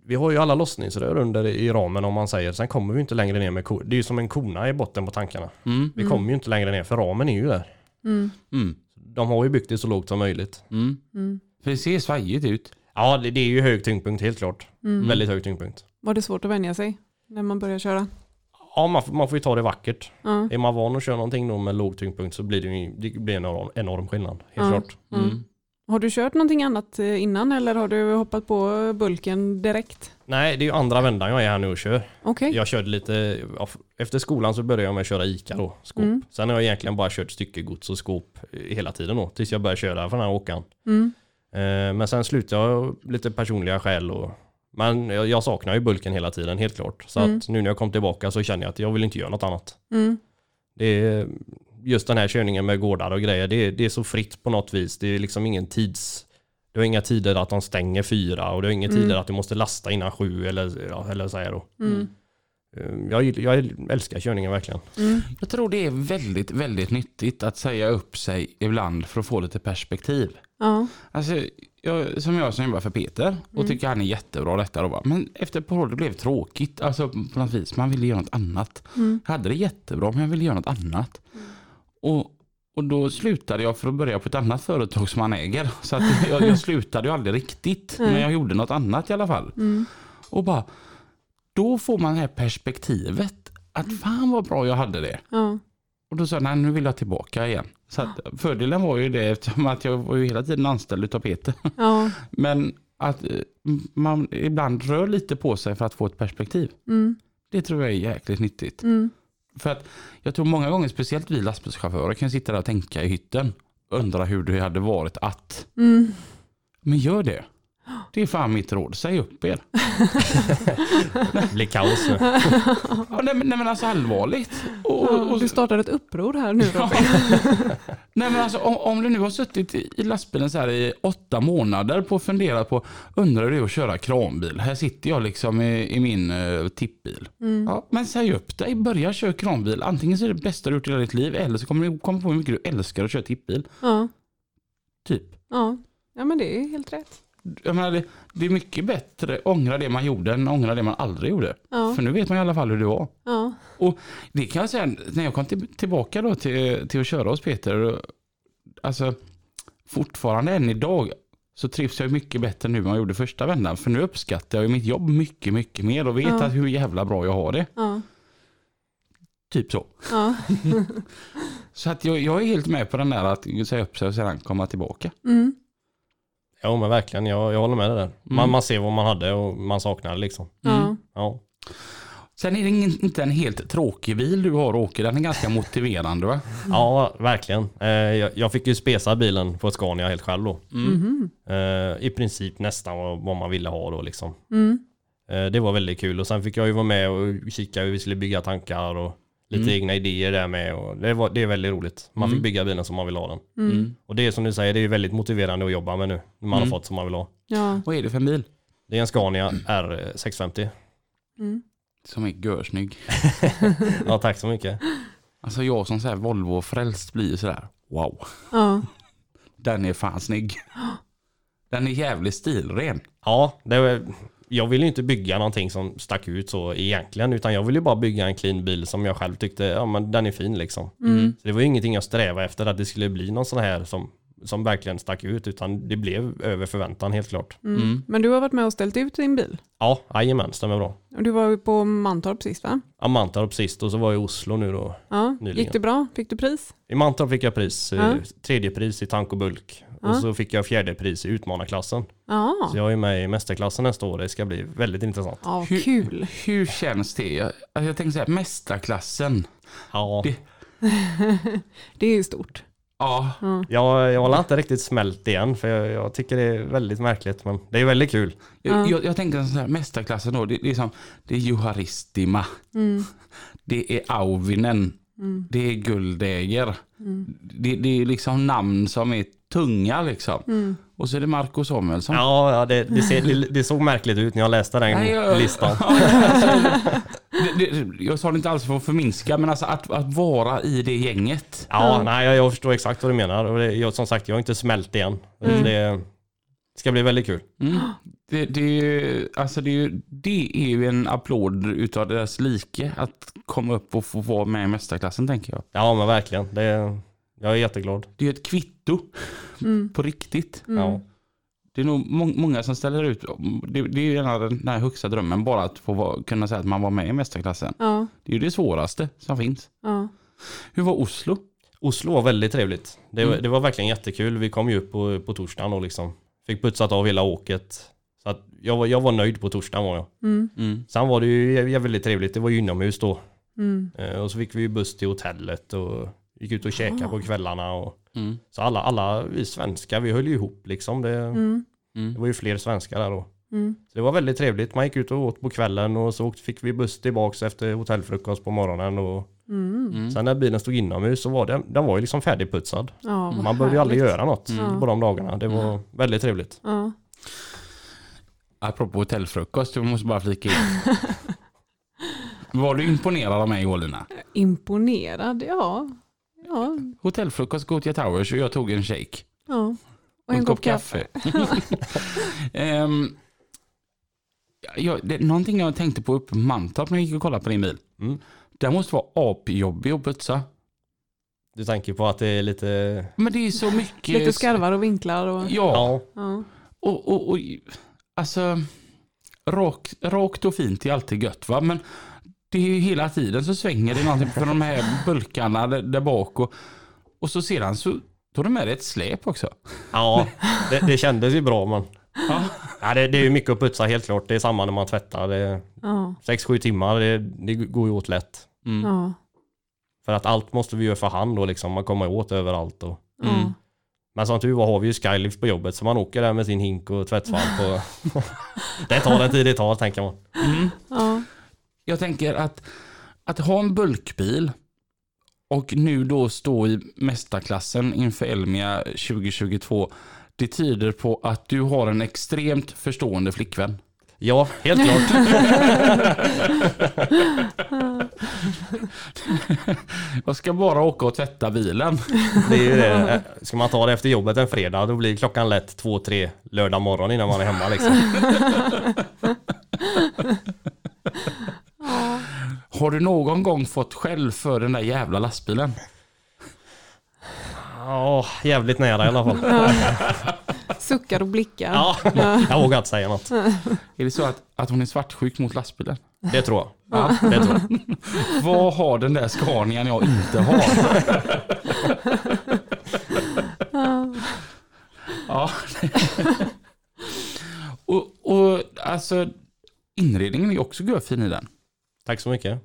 Vi har ju alla lossningsrör under i ramen om man säger. Sen kommer vi inte längre ner med ko- Det är ju som en kona i botten på tankarna.
Mm.
Vi kommer ju inte längre ner för ramen är ju där.
Mm.
De har ju byggt det så lågt som möjligt.
Mm. För det ser svajigt ut.
Ja, det, det är ju hög tyngdpunkt helt klart.
Mm.
Väldigt hög tyngdpunkt.
Var det svårt att vänja sig när man börjar köra?
Ja, man, får- man får ju ta det vackert.
Ja.
Är man van att köra någonting då med låg tyngdpunkt så blir det, ju, det blir en enorm, enorm skillnad. Helt
Ja.
klart.
Mm. Har du kört någonting annat eh, innan eller har du hoppat på bulken direkt?
Nej, det är ju andra vändan jag är här nu och kör.
Okej.
Jag körde lite, ja, f- efter skolan så började jag med att köra ICA då, skåp.
Mm.
Sen har jag egentligen bara kört styckegods och skåp eh, hela tiden då, tills jag började köra för den här åkaren.
Mm.
Eh, Men sen slutade jag av lite personliga skäl och men jag jag saknar ju bulken hela tiden, helt klart. Så
Mm.
att nu när jag kom tillbaka så känner jag att jag vill inte göra något annat.
Mm.
Det är just den här körningen med gårdar och grejer, det är, det är så fritt på något vis. Det är liksom ingen tids... Du har inga tider att de stänger fyra och du har inga tider att du måste lasta innan sju eller, ja, eller så här då.
Mm.
Eh, Jag, gill- jag älskar körningen verkligen.
Jag tror det är väldigt, väldigt nyttigt att säga upp sig ibland för att få lite perspektiv.
Ja.
Alltså, jag, som jag som jobbar för Peter och tycker han är jättebra detta då. va. Men efter ett par år det blev tråkigt. Alltså på något vis, man ville göra något annat.
Mm,
Jag hade det jättebra men jag ville göra något annat. Och, och då slutade jag för att börja på ett annat företag som han äger. Så att jag, jag slutade ju aldrig riktigt. Men jag gjorde något annat i alla fall.
mm,
Och bara, då får man det här perspektivet. Att fan vad bra jag hade det.
Ja.
Och då sa jag, nej nu vill jag tillbaka igen. Så att, fördelen var ju det eftersom att jag var ju hela tiden anställd utav Peter.
ja.
Men att eh, man ibland rör lite på sig för att få ett perspektiv.
Mm.
Det tror jag är jäkligt nyttigt.
Mm.
För att jag tror många gånger, speciellt vi lastbilschaufförer, kan sitta där och tänka i hytten. Undra hur det hade varit att.
Mm.
Men gör det. Det är fan mitt råd. Säg upp er.
Det blir kaos nu.
Ja, nej, men- nej men alltså allvarligt. Och, och,
Ja,
och,
Du startar ett uppror här nu
Ja.
Robin.
Nej men alltså om, om du nu har suttit i i lastbilen så här i åtta månader på att fundera på undrar du att köra kranbil. Här sitter jag liksom i, i min uh, tippbil.
Mm,
Ja, men säg upp dig, börja köra kranbil. Antingen så är det det bästa du gjort i hela ditt liv eller så kommer du komma på hur mycket du älskar att köra tippbil.
Ja.
Typ.
Ja. ja, men det är helt rätt.
Jag menar, det, det är mycket bättre ångra det man gjorde än ångra det man aldrig gjorde.
Ja.
För nu vet man i alla fall hur det var.
Ja.
Och det kan jag säga, när jag kom till, tillbaka då till, till att köra hos Peter, och- alltså fortfarande än idag så trivs jag mycket bättre nu än vad jag gjorde första vändan. För nu uppskattar jag ju mitt jobb mycket, mycket mer och vet
Ja.
att hur jävla bra jag har det.
Ja.
Typ så.
Ja.
Så att jag, jag är helt med på den där att säga upp sig och sedan komma tillbaka.
Mm.
Ja men verkligen, jag, jag håller med dig där. Man, man ser vad man hade och man saknar det liksom.
Ja.
Ja.
Mm. Sen är det ingen, inte en helt tråkig bil du har Åke, den är ganska motiverande va?
Ja, verkligen. Eh, Jag, jag fick ju spesa bilen på Scania helt själv då.
mm.
Mhm. Mm-hmm.
Eh, I princip nästan vad, vad man ville ha då liksom.
Mm.
Eh, Det var väldigt kul och sen fick jag ju vara med och kika hur vi skulle bygga tankar och lite egna idéer där med. Och det, var, det är väldigt roligt. Man fick bygga bilen som man vill ha den. Och det är som du säger, det är ju väldigt motiverande att jobba med nu. När man har fått som man vill ha.
Ja.
Vad är det för en bil?
Det är en Scania R650.
Som är görsnygg.
Ja, tack så mycket.
Alltså jag som så här Volvo-frälst blir ju sådär wow.
Ja.
Den är fan snygg. Den är jävligt stilren.
Ja, det var, jag ville ju inte bygga någonting som stack ut så egentligen, utan jag ville ju bara bygga en clean bil som jag själv tyckte, ja men den är fin liksom.
Mm.
Så det var ju ingenting jag strävade efter, att det skulle bli någon sån här som, som verkligen stack ut, utan det blev över förväntan helt klart.
mm.
Mm.
Men du har varit med och ställt ut din bil.
Ja, jajamän, stämmer bra.
Och Du var ju på Mantorp sist va?
Ja, Mantorp sist och så var jag i Oslo nu då.
Ja.
Nyligen.
Gick det bra? Fick du pris?
I Mantorp fick jag pris, eh,
Ja.
tredje pris i tank och bulk. Och så fick jag fjärde pris i utmanarklassen.
Ja.
Så jag är med i mästerklassen nästa år, det ska bli väldigt intressant.
Ja,
Hur-
kul.
Hur känns det? Jag, alltså jag tänker så här, mästarklassen.
Ja,
Det-
Det är ju stort.
Ja,
Jag, jag har inte riktigt smält igen för jag, jag tycker det är väldigt märkligt men det är väldigt kul.
Jag, jag, jag tänker en sån här mästarklassen då. Det, det är som, det är Juharistima.
Mm.
Det är Auvinen. Det är Guldäger.
Mm.
Det, det är liksom namn som är tunga liksom.
Mm.
Och så är det Marco Samuelsson.
Ja, ja det, det, ser, det, det såg märkligt ut när jag läste den
Nej, jag-
listan.
Det, det, jag sa det inte alls för att förminska men alltså att, att vara i det gänget.
Ja, nej jag, jag förstår exakt vad du menar och det, jag, som sagt jag har inte smält igen. Det ska bli väldigt kul.
Det, det, är ju- alltså det, är ju- det är ju en applåd utav deras like att komma upp och få vara med i mästarklassen tänker jag.
Ja men verkligen. Det, jag är jätteglad.
Det är ju ett kvitto på riktigt.
Ja.
Det är nog må- många som ställer ut, det, det är ju en av den den här högsta drömmen, bara att få vara, kunna säga att man var med i mästarklassen.
Ja,
Det är ju det svåraste som finns.
ja.
Hur var Oslo?
Oslo var väldigt trevligt. Det, det var verkligen jättekul. Vi kom ju upp på, på torsdagen och liksom fick putsat av hela åket. Så att jag, var- jag var nöjd på torsdagen var jag.
Mm,
Sen var det ju jä- jävligt trevligt. Det var ju inomhus då.
mm,
Eh, Och så fick vi ju buss till hotellet och gick ut och
Ah.
käkade på kvällarna. Och, Så alla, alla vi svenskar, vi höll ju ihop liksom. Det,
Mm.
Mm.
det var ju fler svenskar där då. Så det var väldigt trevligt. Man gick ut och åt på kvällen och så åkte- fick vi buss tillbaks efter hotellfrukost på morgonen. Och,
Mm.
Sen när bilen stod inomhus så var den, den var ju liksom färdigputsad.
ja vad
Man behövde ju aldrig
härligt. Mm.
göra något på de dagarna. Det var väldigt trevligt.
Ja.
Apropå hotellfrukost, jag måste bara flika in. var du imponerad av mig igår Lina?
Imponerad, ja. Ja,
Hotellfrukost, Gothia Towers och jag tog en shake.
ja. Och en kopp kaffe.
Ehm, jag, det, någonting jag tänkte på uppe på Mantorp när jag gick och kollade på din bil.
Mm.
Den måste vara apjobbig att putsa.
Du tänker på att det är lite...
Men det är så mycket...
Lite skarvar och vinklar och...
ja.
Ja,
Ja.
Och, och, och alltså, rak, rakt och fint är alltid gött va, men det är ju hela tiden så svänger det någonting från de här bulkarna där, där bak och, och så sedan så tog de med dig ett släp också.
ja det, det kändes ju bra men...
Ja.
Ja, det, det är ju mycket att putsa helt klart. Det är samma när man tvättar. Det är
Ja.
6-7 timmar, det, det går ju åt lätt.
Mm.
Ja.
För att allt måste vi göra för hand och liksom, man kommer åt överallt. Och.
Ja.
Men som tur var har vi ju skylift på jobbet så man åker där med sin hink och tvättsvamp. Och det tar den tid det tar tänker man.
Ja.
Mm. Jag tänker att, att ha en bulkbil och nu då stå i mästarklassen inför Elmia 2022, det tyder på att du har en extremt förstående flickvän.
Ja, helt klart.
Jag ska bara åka och tvätta bilen.
Det är ju det. Ska man ta det efter jobbet en fredag då blir klockan lätt två, tre lördag morgon innan man är hemma liksom.
Har du någon gång fått skäll för den där jävla lastbilen?
Ja, jävligt nära i alla fall.
Suckar och blickar.
Ja, jag vågar inte säga något.
Är det så att, att hon är svartsjuk mot lastbilen?
Det tror jag. Det tror jag.
Vad har den där Scanian jag inte har? ja. och, och alltså inredningen är ju också görfin i den.
Tack så mycket.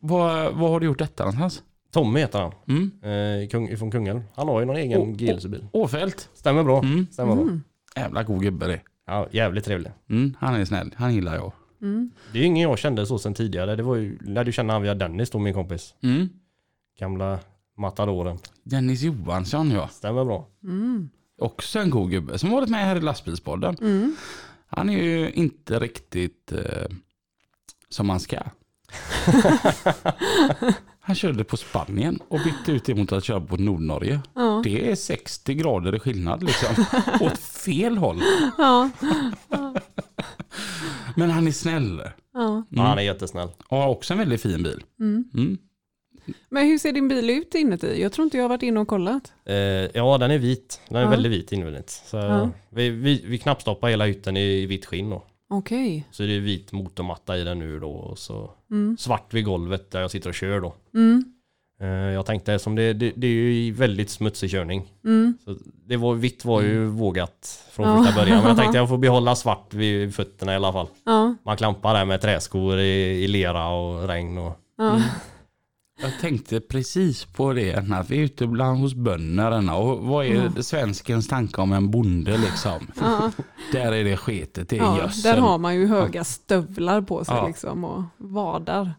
Vad, vad har du gjort detta någonstans?
Tommy heter han.
Mm.
Eh, kung, från Kungälv. Han har ju någon egen
Å-
GLC-bil.
Åfält.
Stämmer bra. Stämmer bra.
Jävla god gubbe det.
Ja, jävligt trevlig.
Mm, han är snäll. Han gillar jag.
Det är ju ingen jag kände så sen tidigare. Det var ju, lärde ju känna han via Dennis då, min kompis.
Mm.
Gamla matadoren.
Dennis Johansson ja.
Stämmer bra.
Mm.
Också en god gubbe som varit med här i lastbilspodden. Han är ju inte riktigt eh, som han ska. han körde på Spanien och bytte ut det mot att köra på Nordnorge. Det är 60 grader i skillnad liksom. Åt fel håll. Men han är snäll Mm.
Ja, han är jättesnäll.
och har också en väldigt fin bil. Mm.
Men hur ser din bil ut inuti? Jag tror inte jag har varit inne och kollat.
Eh, ja, den är vit. Den är väldigt vit invändigt. Så vi, vi, vi knappstoppar hela hytten i, i vitt skinn då.
Okej. Mm.
Så det är vit motormatta i den nu då och så svart vid golvet där jag sitter och kör då. Eh, Jag tänkte som det, det, det är ju väldigt smutsig körning. Så det var, vitt var ju vågat från första början. Men jag tänkte jag får behålla svart vid fötterna i alla fall.
Ja.
Man klampar där med träskor i, i lera och regn. Och,
Jag tänkte precis på det. Anna. Vi är ute bland hos bönder. Anna. Och vad är svenskens tanke om en bonde liksom? Där är det sketet, det är
Ja,
gödsel.
där har man ju höga stövlar på sig
Ja.
liksom och vadar.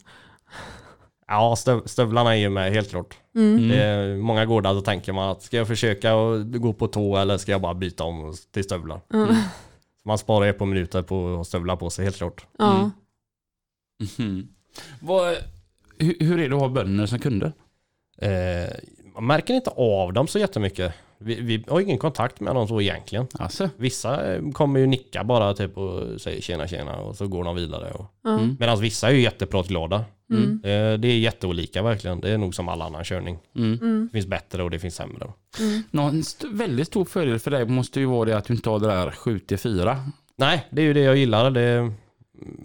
Ja, stöv, stövlarna är ju med helt klart.
Mm.
Det är, många gårdar så tänker man att ska jag försöka och gå på tå eller ska jag bara byta om till stövlar?
Mm.
Så man sparar ett par minuter på att stövla på sig helt klart.
Ja.
Mhm. Vad, hur, hur är det att ha bönder som kunder?
Eh, man märker inte av dem så jättemycket. Vi, vi har ingen kontakt med dem så egentligen.
Alltså,
Vissa eh, kommer ju nicka bara typ och säger tjena tjena och så går de vidare. Och...
Ja.
Mm.
Medan vissa är ju jättepratglada.
Mm.
Eh, det är jätteolika verkligen. Det är nog som all annan körning.
mm.
Mm.
Det finns bättre och det finns sämre.
Nå, en st- väldigt stor fördel för dig måste ju vara det att du inte har det där 7 till 4.
Nej, det är ju det jag gillar. Det,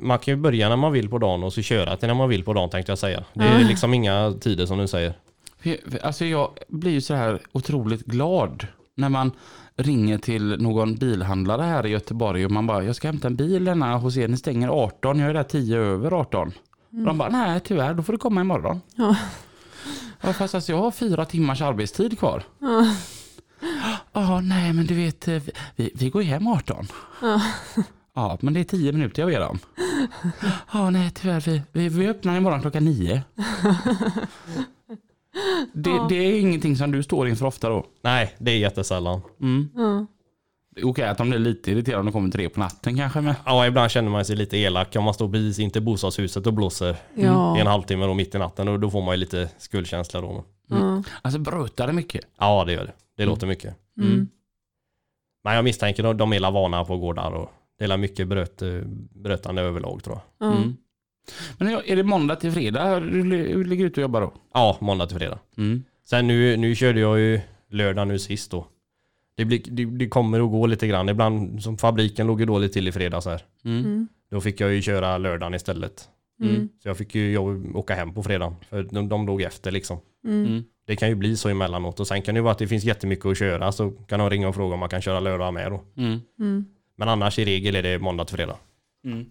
man kan ju börja när man vill på dagen och så köra till när man vill på dagen tänkte jag säga. Det är liksom inga tider som du säger.
Alltså jag blir ju så här otroligt glad när man ringer till någon bilhandlare här i Göteborg och man bara, jag ska hämta en bil här hos er, ni stänger 18, jag är där 10 över 18. Och de bara, nej tyvärr, då får du komma imorgon.
Ja.
Ja, fast alltså jag har fyra timmars arbetstid kvar. Ja, nej men du vet, eh, vi, vi går ju hem 18. Ja, men det är 10 minuter jag ber om. Ja, nej tyvärr, vi, vi, vi öppnar imorgon klockan 9. Det, det är ingenting som du står inför ofta då?
Nej, det är jättesällan.
Mm. Okej att de blir lite irriterade om de kommer tre på natten kanske. Men...
Ja, ibland känner man sig lite elak om man står precis intill bostadshuset och blåser
Ja.
i en halvtimme då mitt i natten och då får man ju lite skuldkänsla då.
Ja.
Alltså brötar det mycket?
Ja, det gör det. Det låter mycket.
Mm.
Men jag misstänker att de är la vana på gårdar och det är la mycket bröt, eh, brötande överlag tror jag.
Ja.
Mm. Men är är det måndag till fredag du li- ligger ute och jobbar då?
Ja, måndag till fredag.
Mm.
Sen nu, nu körde jag ju lördag nu sist då. Det, blir, det, det kommer att gå lite grann. Ibland, som fabriken låg ju dåligt till i fredags här.
Mm.
Mm.
Då fick jag ju köra lördagen istället.
Mm.
Så jag fick ju jag, åka hem på fredagen. För de, de låg efter liksom.
Mm.
Mm.
Det kan ju bli så emellanåt. Och sen kan det ju vara att det finns jättemycket att köra. Så kan de ringa och fråga om man kan köra lördag med då.
Mm.
Mm.
Men annars i regel är det måndag till fredag.
Mm.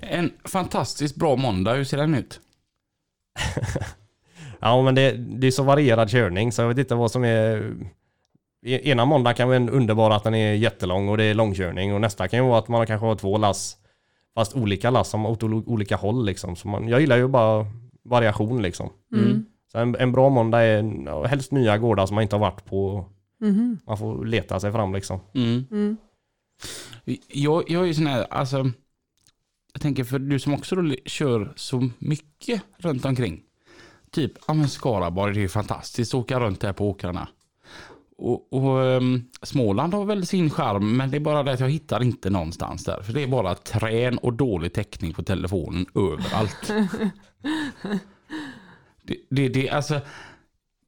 En fantastiskt bra måndag, hur ser den ut?
Ja men det, det är så varierad körning så jag vet inte vad som är... E- Ena måndagen kan vara en underbar att den är jättelång och det är långkörning och nästa kan ju vara att man kanske har två lass. Fast olika lass som åt ol- olika håll liksom. Så man, jag gillar ju bara variation liksom.
Mm.
Så en, en bra måndag är en- ja, helst nya gårdar som man inte har varit på.
Mhm.
Man får leta sig fram liksom.
Mm.
Jag, jag är ju sån här, alltså, jag tänker för du som också då li- kör så mycket runt omkring. Typ, ja men Skaraborg, det är ju fantastiskt att åka runt här på åkrarna. Och, och ehm, Småland har väl sin charm, men det är bara det att jag hittar inte någonstans där. För det är bara trän och dålig täckning på telefonen överallt. det, det, det, alltså,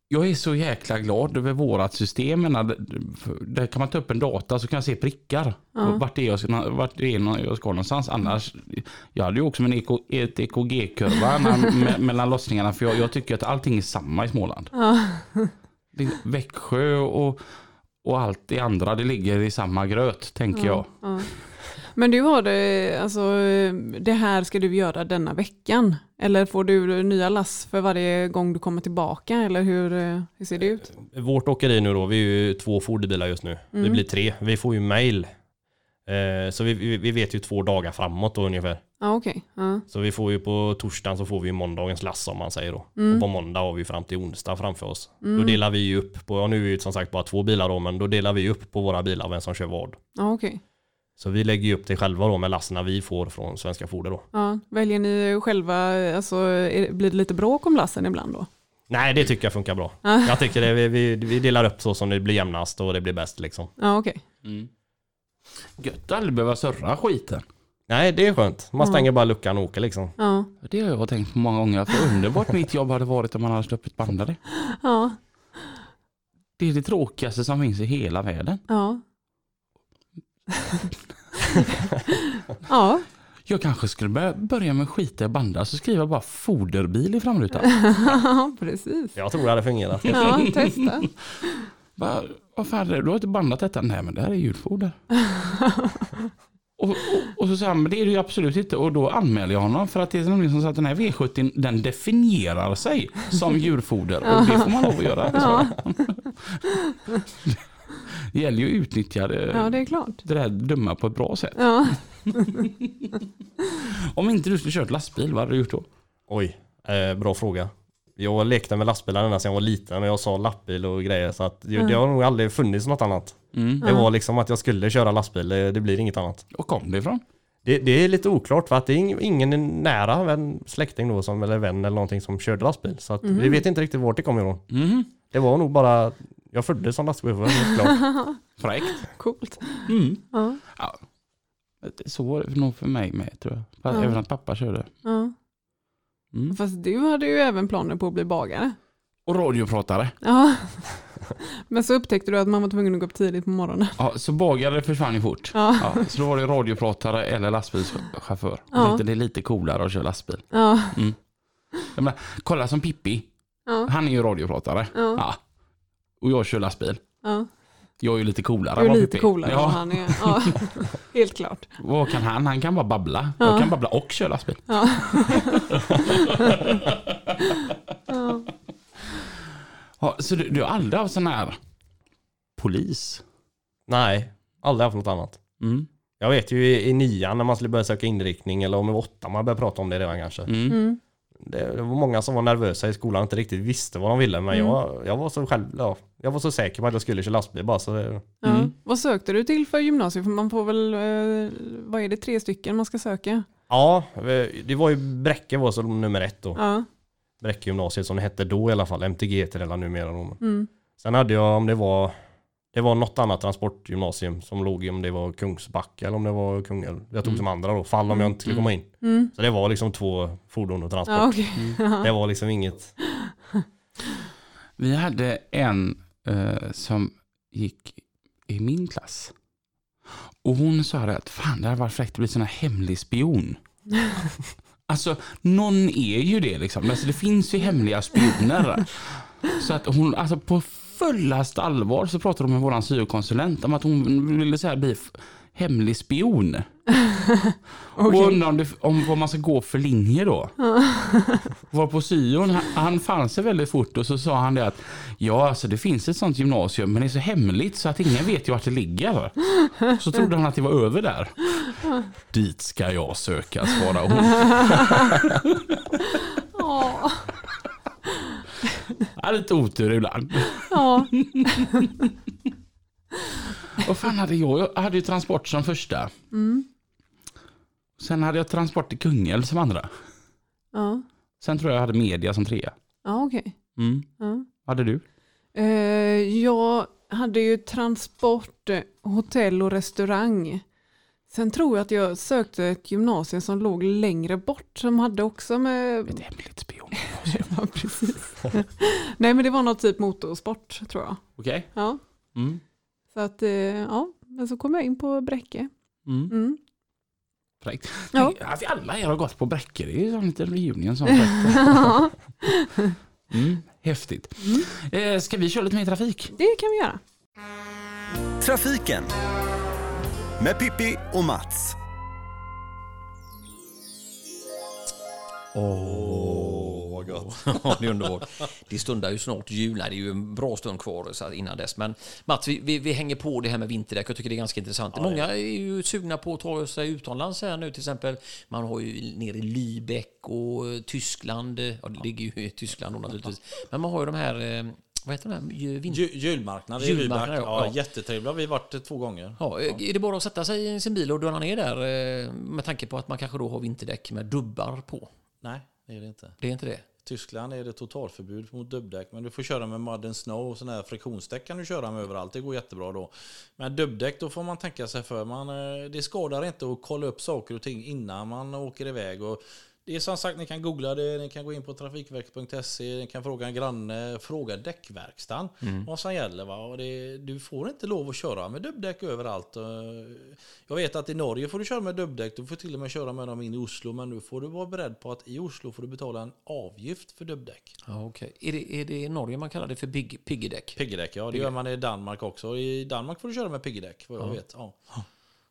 jag är så jäkla glad över vårat system. Jag Menar, för där kan man ta upp en data så kan jag se prickar. Och Vart, det är jag, ska- vart det är nå- jag ska någonstans. Annars, jag hade ju också en EK, ett EKG-kurva när- me- mellan lossningarna. För jag, jag tycker att allting är samma i Småland. Det är Växjö och, och allt det andra, det ligger i samma gröt tänker jag.
Ja. Men du har det, alltså det här ska du göra denna veckan. Eller får du nya lass för varje gång du kommer tillbaka? Eller hur, eh, hur ser det ut?
Vårt åkeri nu då, vi är ju två foderbilar just nu. Vi blir tre. Vi får ju mail. Eh, så vi, vi, vi vet ju två dagar framåt då ungefär.
Ja, okej. Ja.
Så vi får ju på torsdagen så får vi ju måndagens lass om man säger då. Och på måndag har vi fram till onsdag framför oss.
Mm.
Då delar vi ju upp på, ja nu är det ju som sagt bara två bilar då, men då delar vi ju upp på våra bilar vem som kör vad.
Ja, okej.
Så vi lägger ju upp det själva då med lasterna vi får från Svenska Foder då.
Ja. Väljer ni själva, alltså är- blir det lite bråk om lassen ibland då?
Nej det tycker jag funkar bra. Jag tycker det, vi, vi, vi delar upp så som det blir jämnast och det blir bäst liksom.
Ja, okej.
Gött att aldrig behöva surra skiten.
Nej det är skönt, man stänger bara luckan och åker liksom.
Ja.
Det har jag tänkt på många gånger. För underbart mitt jobb hade varit om man hade sluppit banda det.
Ja.
Det är det tråkigaste som finns i hela världen.
Ja. ja.
Jag kanske skulle börja- börja med skita i banda så skriver jag bara foderbil i framrutan.
ja, precis.
Jag tror det hade fungerat.
Ja, testa.
Bara, Vad fan är det? Du har inte bandat detta? Nej men det här är julfoder. Och, och, och så säger han, men det är det ju absolut inte. Och då anmäler jag honom för att det är nämligen som så att den här V70 den definierar sig som djurfoder. Och det får man lov att göra.
Ja.
Det gäller ju att utnyttja det,
ja, det är klart.
det där dumma på ett bra sätt.
Ja.
Om inte du skulle kört lastbil, vad hade du gjort då?
Oj, eh, bra fråga. Jag lekte med lastbilar ända sedan jag var liten och jag sa lappbil och grejer så att det, det har nog aldrig funnits något annat. Det var liksom att jag skulle köra lastbil, det, det blir inget annat.
Mm. Och kom det ifrån?
Det, det är lite oklart för att det är ing- ingen nära vän, släkting då som, eller vän eller någonting som körde lastbil. Så att vi vet inte riktigt vart det kom ifrån.
Mhm.
Det var nog bara, jag föddes som lastbilschaufför helt klart.
Fräckt.
Coolt. Ja.
Ja. Så var det nog för mig med tror jag. För att
Ja.
Även att pappa körde.
Ja.
Mm.
Fast du hade ju även planer på att bli bagare.
Och radiopratare.
Ja. Men så upptäckte du att man var tvungen att gå upp tidigt på morgonen.
Ja, så bagare försvann ju fort.
Ja.
Ja, så då var det radiopratare eller lastbilschaufför.
Ja.
Jag tänkte det är lite coolare att köra lastbil.
Ja.
Jag menar, kolla som Pippi.
Ja.
Han är ju radiopratare.
Ja.
Ja. Och jag kör lastbil.
ja.
Jag är ju lite coolare
Du
än
är
vad
lite
Pippi.
coolare än vad
typ Ja,
han är. Ja. Helt klart.
vad kan han? Han kan bara babbla.
Ja.
Jag kan babbla och köra lastbil.
Ja. ja.
Ja, så du, du har aldrig haft sån här polis?
Nej, aldrig haft något annat.
Mm.
Jag vet ju i, i nian när man skulle börja söka inriktning eller om det var åtta man började prata om det redan kanske.
Mm.
Mm.
Det, det var många som var nervösa i skolan och inte riktigt visste vad de ville men jag, jag var så själv, ja, jag var så säker på att jag skulle köra lastbil bara så det,
Ja.
Mm.
Vad sökte du till för gymnasiet? För man får väl, eh, vad är det, tre stycken man ska söka?
Ja, det var ju Bräcke var som nummer ett då.
Ja.
Bräcke gymnasiet som det hette då i alla fall. MTG heter det väl numera då. men-
Mm.
Sen hade jag om det var det var något annat transportgymnasium som låg i om det var Kungsbacka eller om det var Kungälv. Jag tog som andra då, fall om jag inte skulle komma in.
Mm.
Så det var liksom två fordon och transport.
Ja, okej.
mm.
Det var liksom inget.
Vi hade en eh, som gick i min klass. Och hon sa det att fan det hade varit fräckt att bli sån här hemlig spion. alltså någon är ju det liksom. Alltså, det finns ju hemliga spioner. så att hon, alltså på fullaste allvar så pratade hon med våran syokonsulent om att hon ville så här bli f- hemlig spion. Och
Okej.
undrar om, det, om vad man ska gå för linje då. Var på syon, han, han fann sig väldigt fort och så sa han det att ja alltså det finns ett sånt gymnasium men det är så hemligt så att ingen vet ju vart det ligger. Så trodde han att det var över där. Dit ska jag söka svarade hon.
Ja.
Jag hade lite otur ibland.
Ja.
Vad fan hade jag? Jag hade ju transport som första. Mm. Sen hade jag transport i Kungälv som andra.
Ja.
Sen tror jag jag hade media som trea.
Ja, okej.
Mm.
Ja.
Hade du?
Eh, jag hade ju transport, eh, hotell och restaurang. Sen tror jag att jag sökte ett gymnasium som låg längre bort som hade också med...
Ett hemligt spion.
Ja, precis. Nej men det var något typ motorsport tror jag.
Okej.
Ja,
Mm.
så att eh, ja, men så kom jag in på Bräcke.
Mm.
Mm.
Fräckt.
Ja.
Tänk, att vi alla er har gått på Bräcke. Det är ju en liten reunion som fräckt. Mm. Häftigt. Eh, ska vi köra lite mer trafik?
Det kan vi göra.
Trafiken med Pippi och Mats.
Vad gott. Ja, det är underbart. Det stundar ju snart jul. Nej, Det är ju en bra stund kvar så att innan dess. Men Mats, vi, vi, vi hänger på det här med vinterdäck. Jag tycker det är ganska intressant. Många är ju sugna på att ta sig utomlands här nu till exempel. Man har ju nere i Lübeck och eh, Tyskland. Ja, det ligger ju i Tyskland då naturligtvis. Men man har ju de här, eh, vad heter de här, Ju- vinter...
Ju- Julmarknader i Rybak.
Julmarknader, ja.
Ja, jättetrevliga. Vi har varit två gånger.
Ja, eh, är det bara att sätta sig i sin bil och dundra ner där eh, med tanke på att man kanske då har vinterdäck med dubbar på?
Nej, det är det inte.
Det är inte det?
Tyskland är det totalförbud mot dubbdäck. Men du får köra med mud and snow och sådana här friktionsdäck kan du köra med överallt. Det går jättebra då. Men dubbdäck, då får man tänka sig för. Man, eh, det skadar inte att kolla upp saker och ting innan man åker iväg. Och det är som sagt, ni kan googla det, ni kan gå in på trafikverket.se, E, ni kan fråga en granne, fråga däckverkstan vad som gäller. Va? Och det, du får inte lov att köra med dubbdäck överallt. Eh, Jag vet att i Norge får du köra med dubbdäck, du får till och med köra med dem in i Oslo, men nu får du vara beredd på att i Oslo får du betala en avgift för dubbdäck.
Ja, okej. Är, det, är det i Norge man kallar det för big, piggedäck?
Piggdäck, ja det gör man i Danmark också. I Danmark får du köra med piggdäck, vad jag vet. Ja.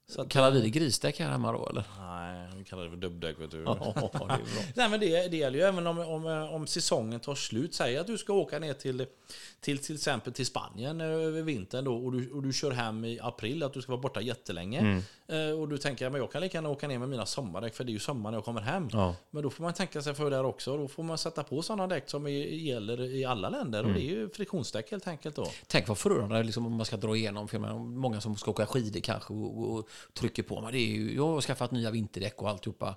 Så att,
Kallar vi det grisdäck här hemma då eller?
nej, vi kallar det för dubbdäck vet du.
Ja, det är bra.
Nej men det, det gäller ju även om, om, om säsongen tar slut. Säg att du ska åka ner till till, till exempel till Spanien eh, över vintern då och du, och du kör hem i april att du ska vara borta jättelänge.
Mm.
Eh, och du tänker att jag kan lika gärna åka ner med mina sommardäck för det är ju sommar när jag kommer hem.
Ja.
Men då får man tänka sig för där också. Då får man sätta på sådana däck som i- gäller i alla länder
Mm.
och det är ju friktionsdäck helt enkelt då.
Tänk vad förödande liksom, om man ska dra igenom. För jag menar, många som ska åka skidor kanske och, och trycker på. Men det är ju, jag har skaffat nya vinterdäck och alltihopa.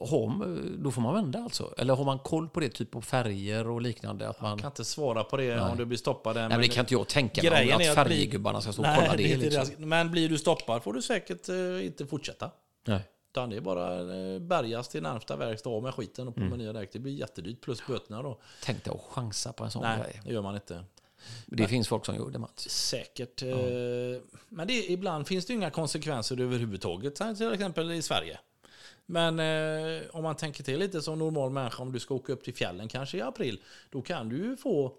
Har, man- då får man vända alltså? Eller har man koll på det, typ på färger och liknande? Att man,
Jag kan inte svara på det om du blir stoppad. än,
nej, men det
men-
kan inte jag tänka mig
Grejen
att,
är
att
att bli-
färggubbarna ska stå och
Nej,
kolla det.
är inte
liksom.
deras- Men blir du stoppad får du säkert eh, inte fortsätta.
Nej.
Utan det är bara eh, bärgas till närmsta verkstad av med skiten och på med nya däck. Det blir jättedyrt plus böterna då.
Tänk dig att chansa på en sån
Nej,
grej.
det gör man inte.
Det finns folk som gör det Mats.
Säkert. eh, Men det, är- ibland finns det ju inga konsekvenser överhuvudtaget. Så här, Till exempel i Sverige. Men eh, om man tänker till lite som normal människa, om du ska åka upp till fjällen kanske i april, då kan du ju få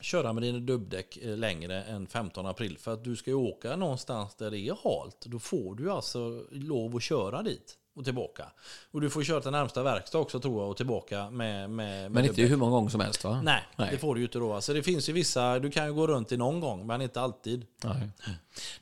köra med dina dubbdäck eh, längre än 15 april. För att du ska ju åka någonstans där det är halt. Då får du alltså lov att köra dit och tillbaka. Och du får köra till närmsta verkstad också tror jag och tillbaka med, med, med
Men
dubbdäck.
inte hur många gånger som helst va?
Nej,
Nej.
det får du ju inte då. Alltså det finns ju vissa, du kan ju gå runt i någon gång, men inte alltid.
Nej.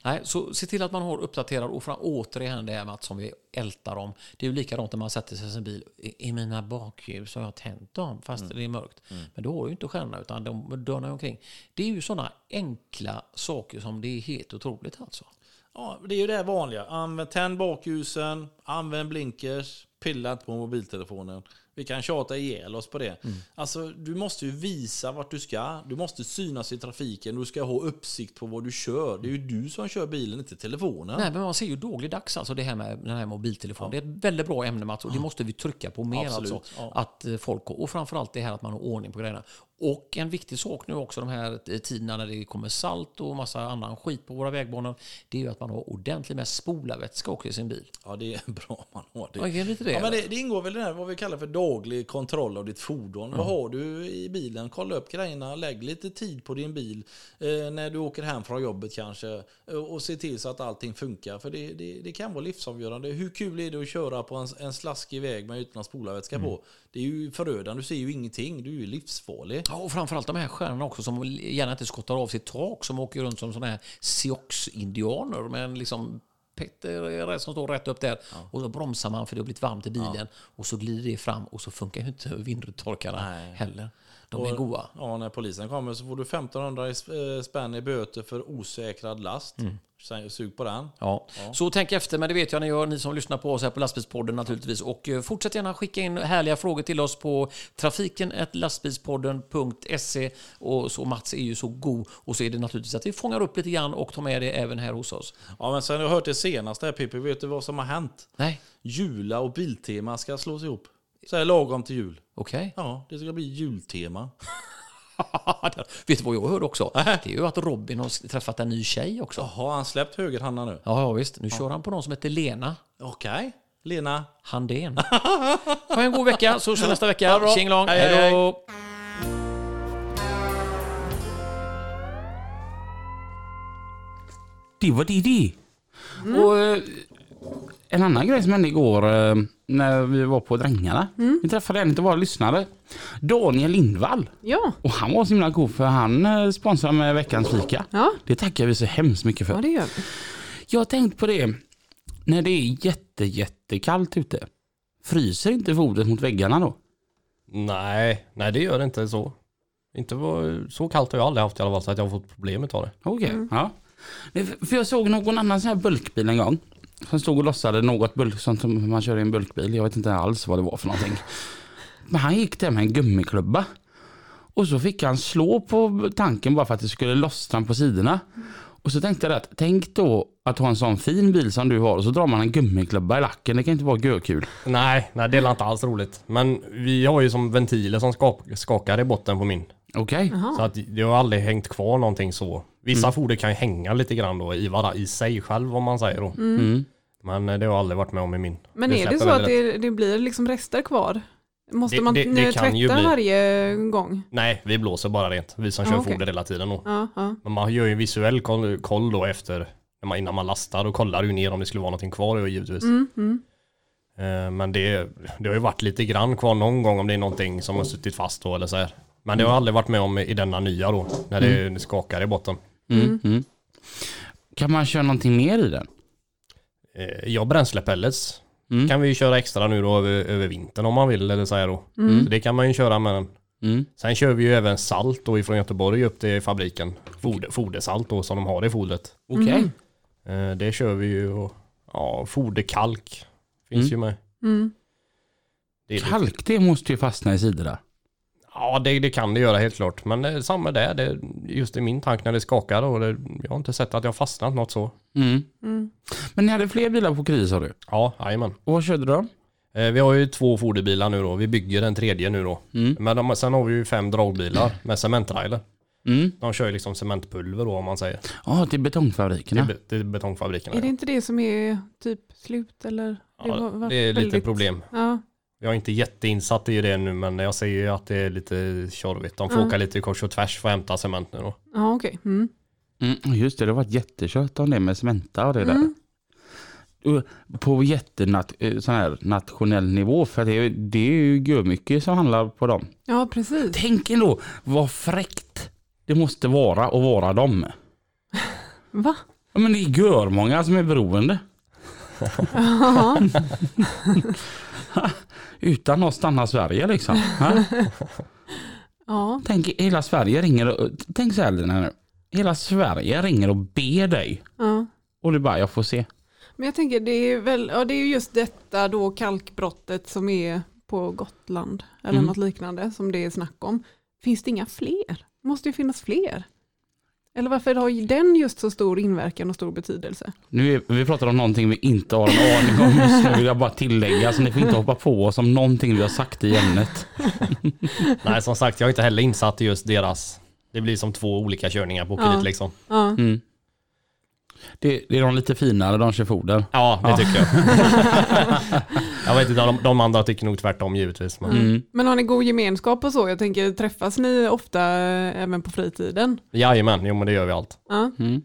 Nej, så se till att man har uppdaterad och fram, återigen det här med att som vi ältar om. Det är ju likadant när man sätter sig i sin bil. I, i mina bakljus har jag tänt dem fast det är mörkt. Men då har du ju inte stjärnorna utan de dörnar ju omkring. Det är ju sådana enkla saker som det är helt otroligt alltså.
Ja, det är ju det vanliga. Använd, tänd bakljusen, använd blinkers, pilla inte på mobiltelefonen. Vi kan tjata ihjäl oss på det.
Mm.
Alltså, du måste ju visa vart du ska. Du måste synas i trafiken. Du ska ha uppsikt på vad du kör. Det är ju du som kör bilen, inte telefonen.
Nej, men man ser ju dagligdags alltså det här med den här mobiltelefonen. Det är ett väldigt bra ämne Mats och det måste vi trycka på mer.
Absolut,
Alltså,
ja.
att eh, folk, och framförallt det här att man har ordning på grejerna. Och en viktig sak nu också de här eh, tiderna när det kommer salt och massa annan skit på våra vägbanor. Det är ju att man har ordentligt med spolarvätska också i sin bil.
Ja, det är bra man har det.
Ja, är det inte det,
Ja, men
eller?
det, det ingår väl i det här vad vi kallar för daglig kontroll av ditt fordon. Vad har du i bilen? Kolla upp grejerna, lägg lite tid på din bil eh, när du åker hem från jobbet kanske. eh, Och se till så att allting funkar, för det, det, det kan vara livsavgörande. Hur kul är det att köra på en, en slaskig väg med utan spolarvätska
Mm.
på? Det är ju förödande, du ser ju ingenting, du är ju livsfarlig.
Ja, och framförallt de här stjärnorna också som gärna inte skottar av sitt tak som åker runt som sådana här sioux-indianer. Men liksom Petter är det som står rätt upp där och så bromsar man för det har blivit varmt i bilen och så glider det fram och så funkar ju inte vindrutetorkarna heller. De är goa.
Ja, när polisen kommer så får du 1500 i sp- eh, spänn i böter för osäkrad last. Sen- Sug på den.
Mm. Ja. Så tänk efter, men det vet jag ni gör, ni som lyssnar på oss här på Lastbilspodden naturligtvis. Och eh, fortsätt gärna skicka in härliga frågor till oss på trafiken.lastbilspodden.se. Och så Mats är ju så god. Och så är det naturligtvis att vi fångar upp lite grann och tar med det även här hos oss.
Ja, men sen har jag hört det senaste här Pippi. Vet du vad som har hänt?
Nej,
Jula och Biltema ska slås ihop. Så här lagom till jul.
okej.
Ja, det ska bli jultema.
Vet du vad jag hörde också? Det är ju att Robin har träffat en ny tjej också.
Har han släppt högerhanden nu?
Ja, ja visst. Nu kör han på någon som heter Lena
Okej. Lena?
Handén. Ha en god vecka, så ses nästa vecka. Tjingelong,
Hej, hej,
hej då!
Det var det det. Och eh, en annan grej som hände igår eh, när vi var på Drängarna. Vi träffade en av våra lyssnare. Daniel Lindvall.
Ja,
Och han var så himla god för han eh, sponsrar med veckans fika.
Ja.
Det tackar vi så hemskt mycket
ja
för.
det gör vi.
Jag har tänkt på det. När det är jätte, jättekallt ute. Fryser inte fodret mot väggarna då?
Nej, nej det gör det inte så. Inte vad- så kallt har jag aldrig haft i alla fall så att jag har fått problem utav det.
Okej. Ja. Nej, för- För jag såg någon annan sån här bulkbil en gång. Som stod och lossade något bulk, sånt som man kör i en bulkbil. Jag vet inte alls vad det var för någonting. Men han gick där med en gummiklubba. Och så fick han slå på tanken bara för att det skulle lossna på sidorna. Och så tänkte jag att, tänk då att ha en sån fin bil som du har och så drar man en gummiklubba i lacken. Det kan inte vara görkul.
Nej, nej det är inte alls roligt. Men vi har ju som ventiler som skak- skakar i botten på min.
Okej?
Så att det har aldrig hängt kvar någonting så.
Mm.
Vissa foder kan ju hänga lite grann då i, vara, i sig själv om man säger då.
Mm.
Men eh, det har jag aldrig varit med om i min.
Mm. Men är det
släpper
så att
väldigt lätt.
det, det blir liksom rester kvar? Måste
Det-
man
det- det
eh,
kan ju
tvätta
bli.
varje gång?
Nej, vi blåser bara rent. Vi som
Ja,
kör
Ah, okej.
foder hela tiden då.
Ja, ja.
Men man gör ju en visuell koll, koll då efter när man, innan man lastar och kollar ju ner om det skulle vara någonting kvar då, givetvis.
Mm, mm.
Eh, Men det, det har ju varit lite grann kvar någon gång om det är någonting som har suttit fast då eller så här. Men det har jag aldrig varit med om i denna nya då, när det det skakar i botten.
Mm. Mm. Kan man köra någonting mer i den?
Eh, Ja, bränslepellets
Mm.
kan vi ju köra extra nu då över, över vintern om man vill eller så här då. Så det kan man ju köra med den.
Mm.
Sen kör vi ju även salt då ifrån Göteborg upp till fabriken. Foder, fodersalt då som de har i fodret.
Okej.
Eh, Det kör vi ju och ja, foderkalk
Mm.
finns ju med.
Mm.
Det är lite-
Kalk, det måste ju fastna i sidorna.
Ja, det, det kan det göra helt klart. Men det är samma där. Det, just i min tank när det skakar och det, jag har inte sett att jag har fastnat något så.
Mm.
Mm.
Men ni hade fler bilar på Kri sa du?
Ja, jajamän.
Och vad körde de?
Eh, Vi har ju två foderbilar nu då. Vi bygger den tredje nu då.
Mm.
Men de, sen har vi ju fem dragbilar med cementtrailer.
Mm.
De kör ju liksom cementpulver då om man säger. Till,
Ja, till betongfabrikerna.
be- till betongfabrikerna.
Är det inte det som är typ slut eller?
ja,
var- var
det är lite
väldigt-
problem.
Ja.
Jag är inte jätteinsatt i det nu men jag ser ju att det är lite tjorvigt. De får
Ja.
åka lite kors och tvärs för att hämta cement nu då.
Ja, okej. Mm.
Mm, just det, det har varit jättekött om det med Cementa och det där.
Mm.
Och På jättenat, eh, sån här nationell nivå, för det, det är ju görmycket som handlar på dem.
Ja, precis.
Tänk ändå vad fräckt det måste vara att vara dem.
Va?
Ja, men det är görmånga som är beroende.
Ja,
Utan att stanna Sverige liksom. Ha?
ja.
Tänk hela Sverige ringer och, tänk så här Lina nu. Hela Sverige ringer och ber dig.
ja.
Och du bara, jag får se.
Men jag tänker det är väl, ja, det är ju just detta då kalkbrottet som är på Gotland eller
Mm.
något liknande som det är snack om. Finns det inga fler? Måste ju finnas fler. Eller varför har ju den just så stor inverkan och stor betydelse?
Nu är, vi pratar om någonting vi inte har en aning om just nu vill jag bara tillägga så ni får inte hoppa på oss om någonting vi har sagt i ämnet.
Nej som sagt jag är inte heller insatt i just deras. Det blir som två olika körningar på
Ja.
kredit liksom.
Ja,
Mm. Det, det är de lite finare, de kör foder.
Ja, det tycker jag. jag vet inte, de, de andra tycker nog tvärtom givetvis. Men
Mm.
Men har ni god gemenskap och så? Jag tänker träffas ni ofta eh, även på fritiden?
Jajamän, jo men det gör vi allt.
Ja,
Mm.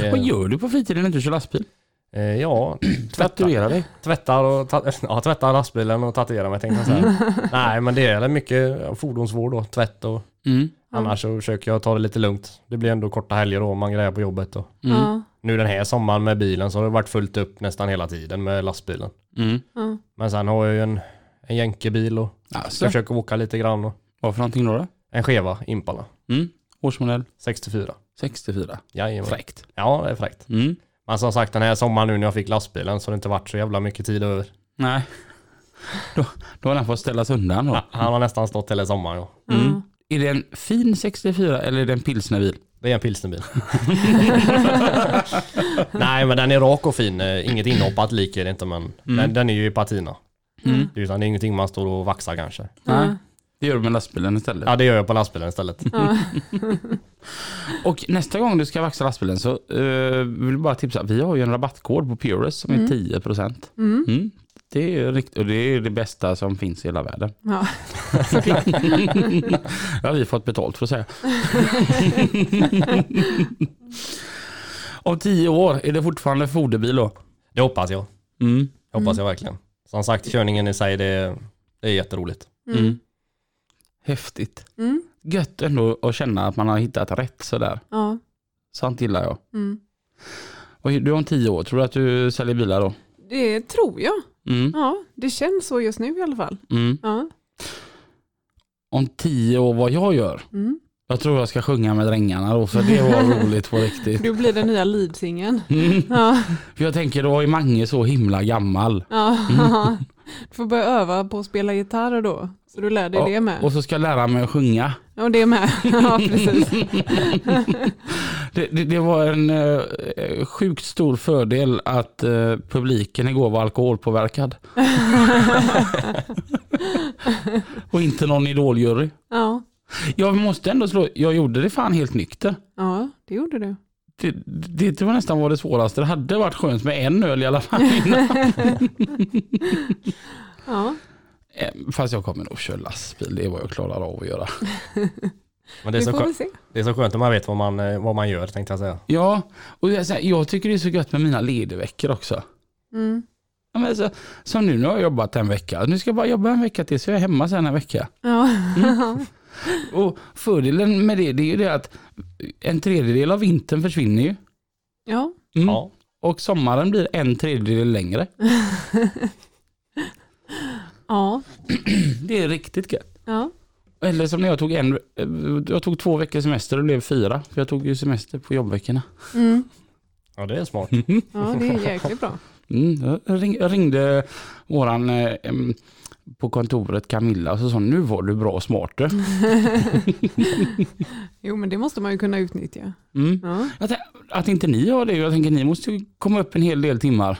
Det-
Vad gör du på fritiden när du inte kör lastbil?
Eh, ja, tvättar,
Tatuera dig?
tvättar, och ta, ja, tvättar lastbilen och tatuerar mig tänkte jag säga. Nej men det är väl mycket ja, fordonsvård och tvätt och
Mm.
annars så försöker jag ta det lite lugnt. Det blir ändå korta helger då om man grejer på jobbet. Och.
ja,
Nu den här sommaren med bilen så har det varit fullt upp nästan hela tiden med lastbilen.
Mm.
ja.
Men sen har jag ju en, en jänkebil och
Alltså,
försöker åka lite grann. Och
vad för någonting då? då?
en skeva Impala
Mm. Årsmodell
64.
64.
Jajamän.
Fräckt.
Ja, det är fräckt.
Mm.
Men som sagt den här sommaren nu när jag fick lastbilen så har det inte varit så jävla mycket tid över.
Nej. Då, då har den fått ställas undan då.
Han har nästan stått hela sommaren. Ja.
Mm. Är det en fin 64 eller är det en pilsnerbil?
Det är en pilsnerbil. Nej men den är rak och fin. Eh, Inget inhoppat lik är det inte men
Mm.
den, den är ju i patina.
Mm.
Utan det är ingenting man står och vaxar kanske.
Nej. Det gör du med lastbilen istället.
Ja det gör jag på lastbilen istället.
Och nästa gång du ska vaxa lastbilen så eh, vill jag bara tipsa. Vi har ju en rabattkod på Purus som är 10%.
Mm.
Mm. Det är rikt- och det är det bästa som finns i hela världen.
Ja.
Det har vi fått betalt för att säga. Om tio år, är det fortfarande foderbil då?
Det hoppas jag.
Mm.
Det hoppas jag verkligen. Som sagt körningen i sig det, det är jätteroligt.
Mm. Häftigt.
Mm.
Gött ändå att känna att man har hittat rätt sådär.
ja.
Sånt gillar jag.
Mm.
Och du har om tio år, tror du att du säljer bilar då?
Det tror jag.
Mm.
Ja, det känns så just nu i alla fall.
Mm.
Ja.
Om tio år vad jag gör?
Mm.
Jag tror jag ska sjunga med drängarna då, för det var roligt på riktigt.
Du blir den nya leadsingen.
Mm.
Ja,
För jag tänker, då är Mange så himla gammal.
ja. Du får börja öva på att spela gitarr då. Så du lär dig
Ja,
det med.
Och så ska jag lära mig att sjunga.
Ja, det med. Ja, precis.
Det, det, det var en eh, sjukt stor fördel att eh, publiken igår var alkoholpåverkad. och inte någon idoljury.
Ja.
Jag måste ändå slå, jag gjorde det fan helt nykter.
ja, det gjorde du.
Det, det, det var nästan var det svåraste. Det hade varit skönt med en öl i alla fall.
Ja.
Eh, Fast jag kommer nog köra lastbil, det är vad jag klarar av att göra.
Men det är,
Vi
så
får väl
skönt,
se. Mm.
det är så skönt när man vet vad man, eh, vad man gör tänkte jag säga.
Ja, och jag, så här, jag tycker det är så gött med mina ledigveckor också.
Mm.
Ja, men alltså, så, som nu, nu har jag jobbat en vecka. Nu ska jag bara jobba en vecka till så är jag hemma sen en vecka.
Ja. Mm.
Och fördelen med det, det är ju det att en tredjedel av vintern försvinner ju.
ja.
Mm.
Ja.
Och sommaren blir en tredjedel längre.
Ja.
Det är riktigt gött.
Ja.
Eller som när jag tog en, eh, jag tog två veckors semester och det blev fyra. För jag tog ju semester på jobbveckorna.
Mm.
Ja det är smart.
ja, det är jäkligt bra.
Mm. Jag ring- jag ringde våran eh, em, på kontoret Camilla och så sa hon, nu var du bra och smart du.
Jo, men det måste man ju kunna utnyttja.
Mm.
Ja.
Jag tän- att inte ni har det, jag tänker ni måste ju komma upp en hel del timmar.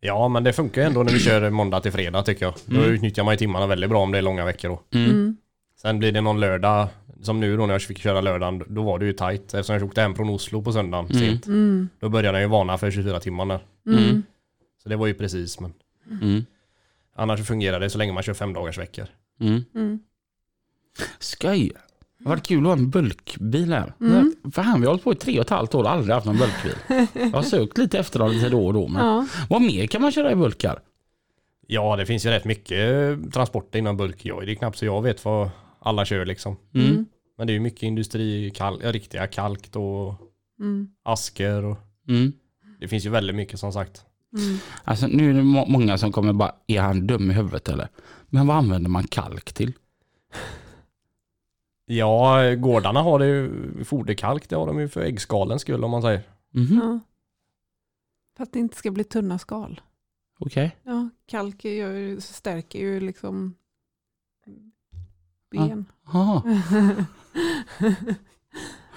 Ja men det funkar ju ändå när vi kör måndag till fredag tycker jag. Då utnyttjar man ju timmarna väldigt bra om det är långa veckor då.
Mm.
Sen blir det någon lördag, som nu då när jag fick köra lördagen, då var det ju tajt. Eftersom jag åkte hem från Oslo på söndagen
Mm.
sent.
Mm.
Då började jag ju varna för 24 timmar där.
Mm.
Så det var ju precis men
Mm.
annars så fungerar det så länge man kör fem dagars veckor.
Mm.
Mm.
Skoj. Det har varit kul att ha en bulkbil här.
Mm.
Fan, vi har hållit på i tre och ett halvt år och aldrig haft någon bulkbil. Jag har sökt lite efter dem lite då och då. Men
Ja.
Vad mer kan man köra i bulkar?
Ja det finns ju rätt mycket transporter inom bulk. Jag det är knappt så jag vet vad alla kör liksom.
Mm.
Men det är ju mycket industri, kalk, ja, riktiga kalkt och
Mm.
asker och
Mm.
det finns ju väldigt mycket som sagt.
Mm.
Alltså, nu är det må- många som kommer bara, är han dum i huvudet eller? Men vad använder man kalk till?
Ja, gårdarna har det ju, foderkalk det har de ju för äggskalens skull om man säger.
Mhm,
Ja. För att det inte ska bli tunna skal.
Okej.
Ja, kalk gör, ju- stärker ju liksom ben.
Aha,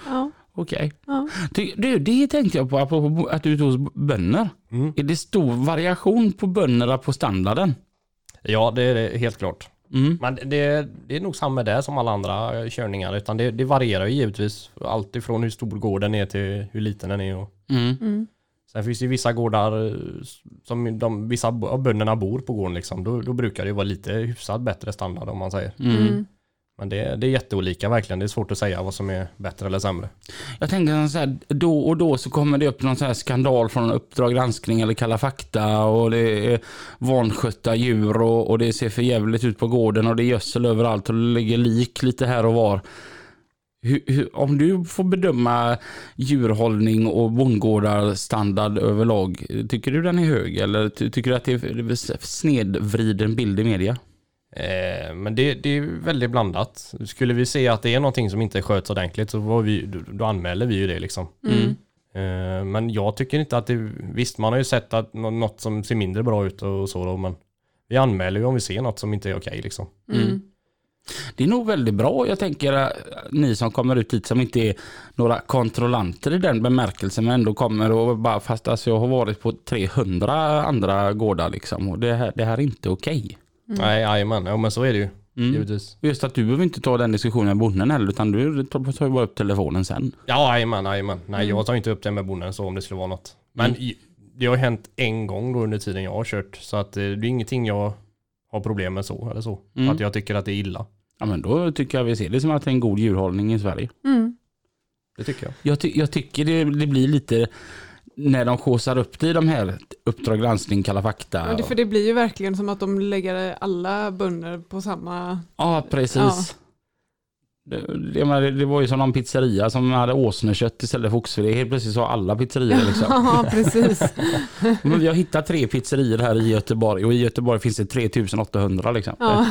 ja,
okej.
ja.
Ty- Du, det tänkte jag på apropå bo- att du är ute hos bönder.
Mm.
Är det stor variation på bönderna på standarden?
Ja, det är det helt klart.
Mm.
Men det, det är nog samma där som alla andra eh, körningar. Utan det, det varierar ju givetvis. Allt ifrån hur stor gården är till hur liten den är. Och
Mm.
Mm.
sen finns det ju vissa gårdar eh, som de, vissa av bönderna bor på gården liksom. Då, då brukar det ju vara lite hyfsat bättre standard om man säger.
Mm.
Mm.
Men det, det är jätteolika verkligen. Det är svårt att säga vad som är bättre eller sämre.
Jag tänker så här, då och då så kommer det upp någon så här skandal från Uppdrag granskning eller Kalla fakta och det är vanskötta djur och, och det ser för jävligt ut på gården och det är gödsel överallt och det ligger lik lite här och var. Hur, hur, om du får bedöma djurhållning och bondgårdarstandard överlag, tycker du den är hög eller ty, tycker du att det är snedvriden bild i media?
Eh, men det, det är väldigt blandat. Skulle vi se att det är någonting som inte sköts ordentligt så var vi, då, då anmäler vi ju det liksom.
Mm.
Eh, Men jag tycker inte att det, visst man har ju sett att nå- något som ser mindre bra ut och så då, men vi anmäler ju om vi ser något som inte är okej liksom.
Mm.
Det är nog väldigt bra. Jag tänker eh, ni som kommer ut hit som inte är några kontrollanter i den bemärkelsen men ändå kommer och bara fast alltså, jag har varit på 300 andra gårdar liksom och det här, det här är inte okej.
Nej, jajamän, ja men så är det ju
Mm.
givetvis.
Just att du behöver inte ta den diskussionen med bonden heller utan du tar tar ju bara upp telefonen sen.
Ja, jajamän, jajamän. Nej, jag tar inte upp det med bonden så om det skulle vara något. Men i- det har hänt en gång då under tiden jag har kört, så att eh, det är ingenting jag har problem med så eller så.
Mm.
Att jag tycker att det är illa.
Ja men då tycker jag vi ser det som att det är en god djurhållning i Sverige.
Mm.
Det tycker jag.
Jag, ty- jag tycker det, det blir lite när de skåsar upp det i de här Uppdrag granskning, Kalla fakta.
Ja, det, för det blir ju verkligen som att de lägger alla bönder på samma...
Ja, precis. Det, det, jag menar, det, det var ju som någon pizzeria som hade åsnekött istället för oxfilé. Helt plötsligt sa alla pizzerior liksom.
Ja, precis.
Men vi har hittat tre pizzerior här i Göteborg och i Göteborg finns det 3800 liksom.
Ja.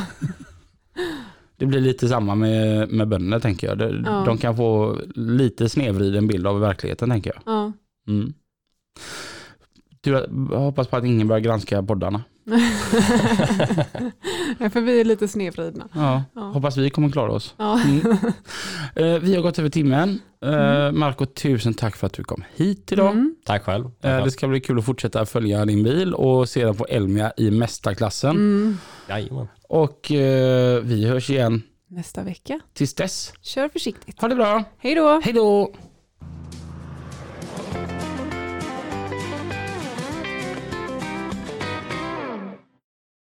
Det blir lite samma med, med bönder tänker jag. De,
Ja.
de kan få lite snedvriden bild av verkligheten tänker jag.
Ja.
Mm. Tur att- jag hoppas på att ingen börjar granska poddarna.
Nej, för vi är lite snedvridna.
Ja.
Ja.
Hoppas vi kommer klara oss.
Ja.
Mm. Eh, vi har gått över timmen. Eh, Marco, tusen tack för att du kom hit idag.
Mm.
Tack själv. Tack
Eh,
själv.
Det ska bli kul att fortsätta följa din bil och se den på Elmia i mästarklassen.
Mm.
Jajamän.
Och eh, vi hörs igen
Nästa vecka.
tills dess.
Kör försiktigt.
Ha det bra.
Hej då!
Hej då.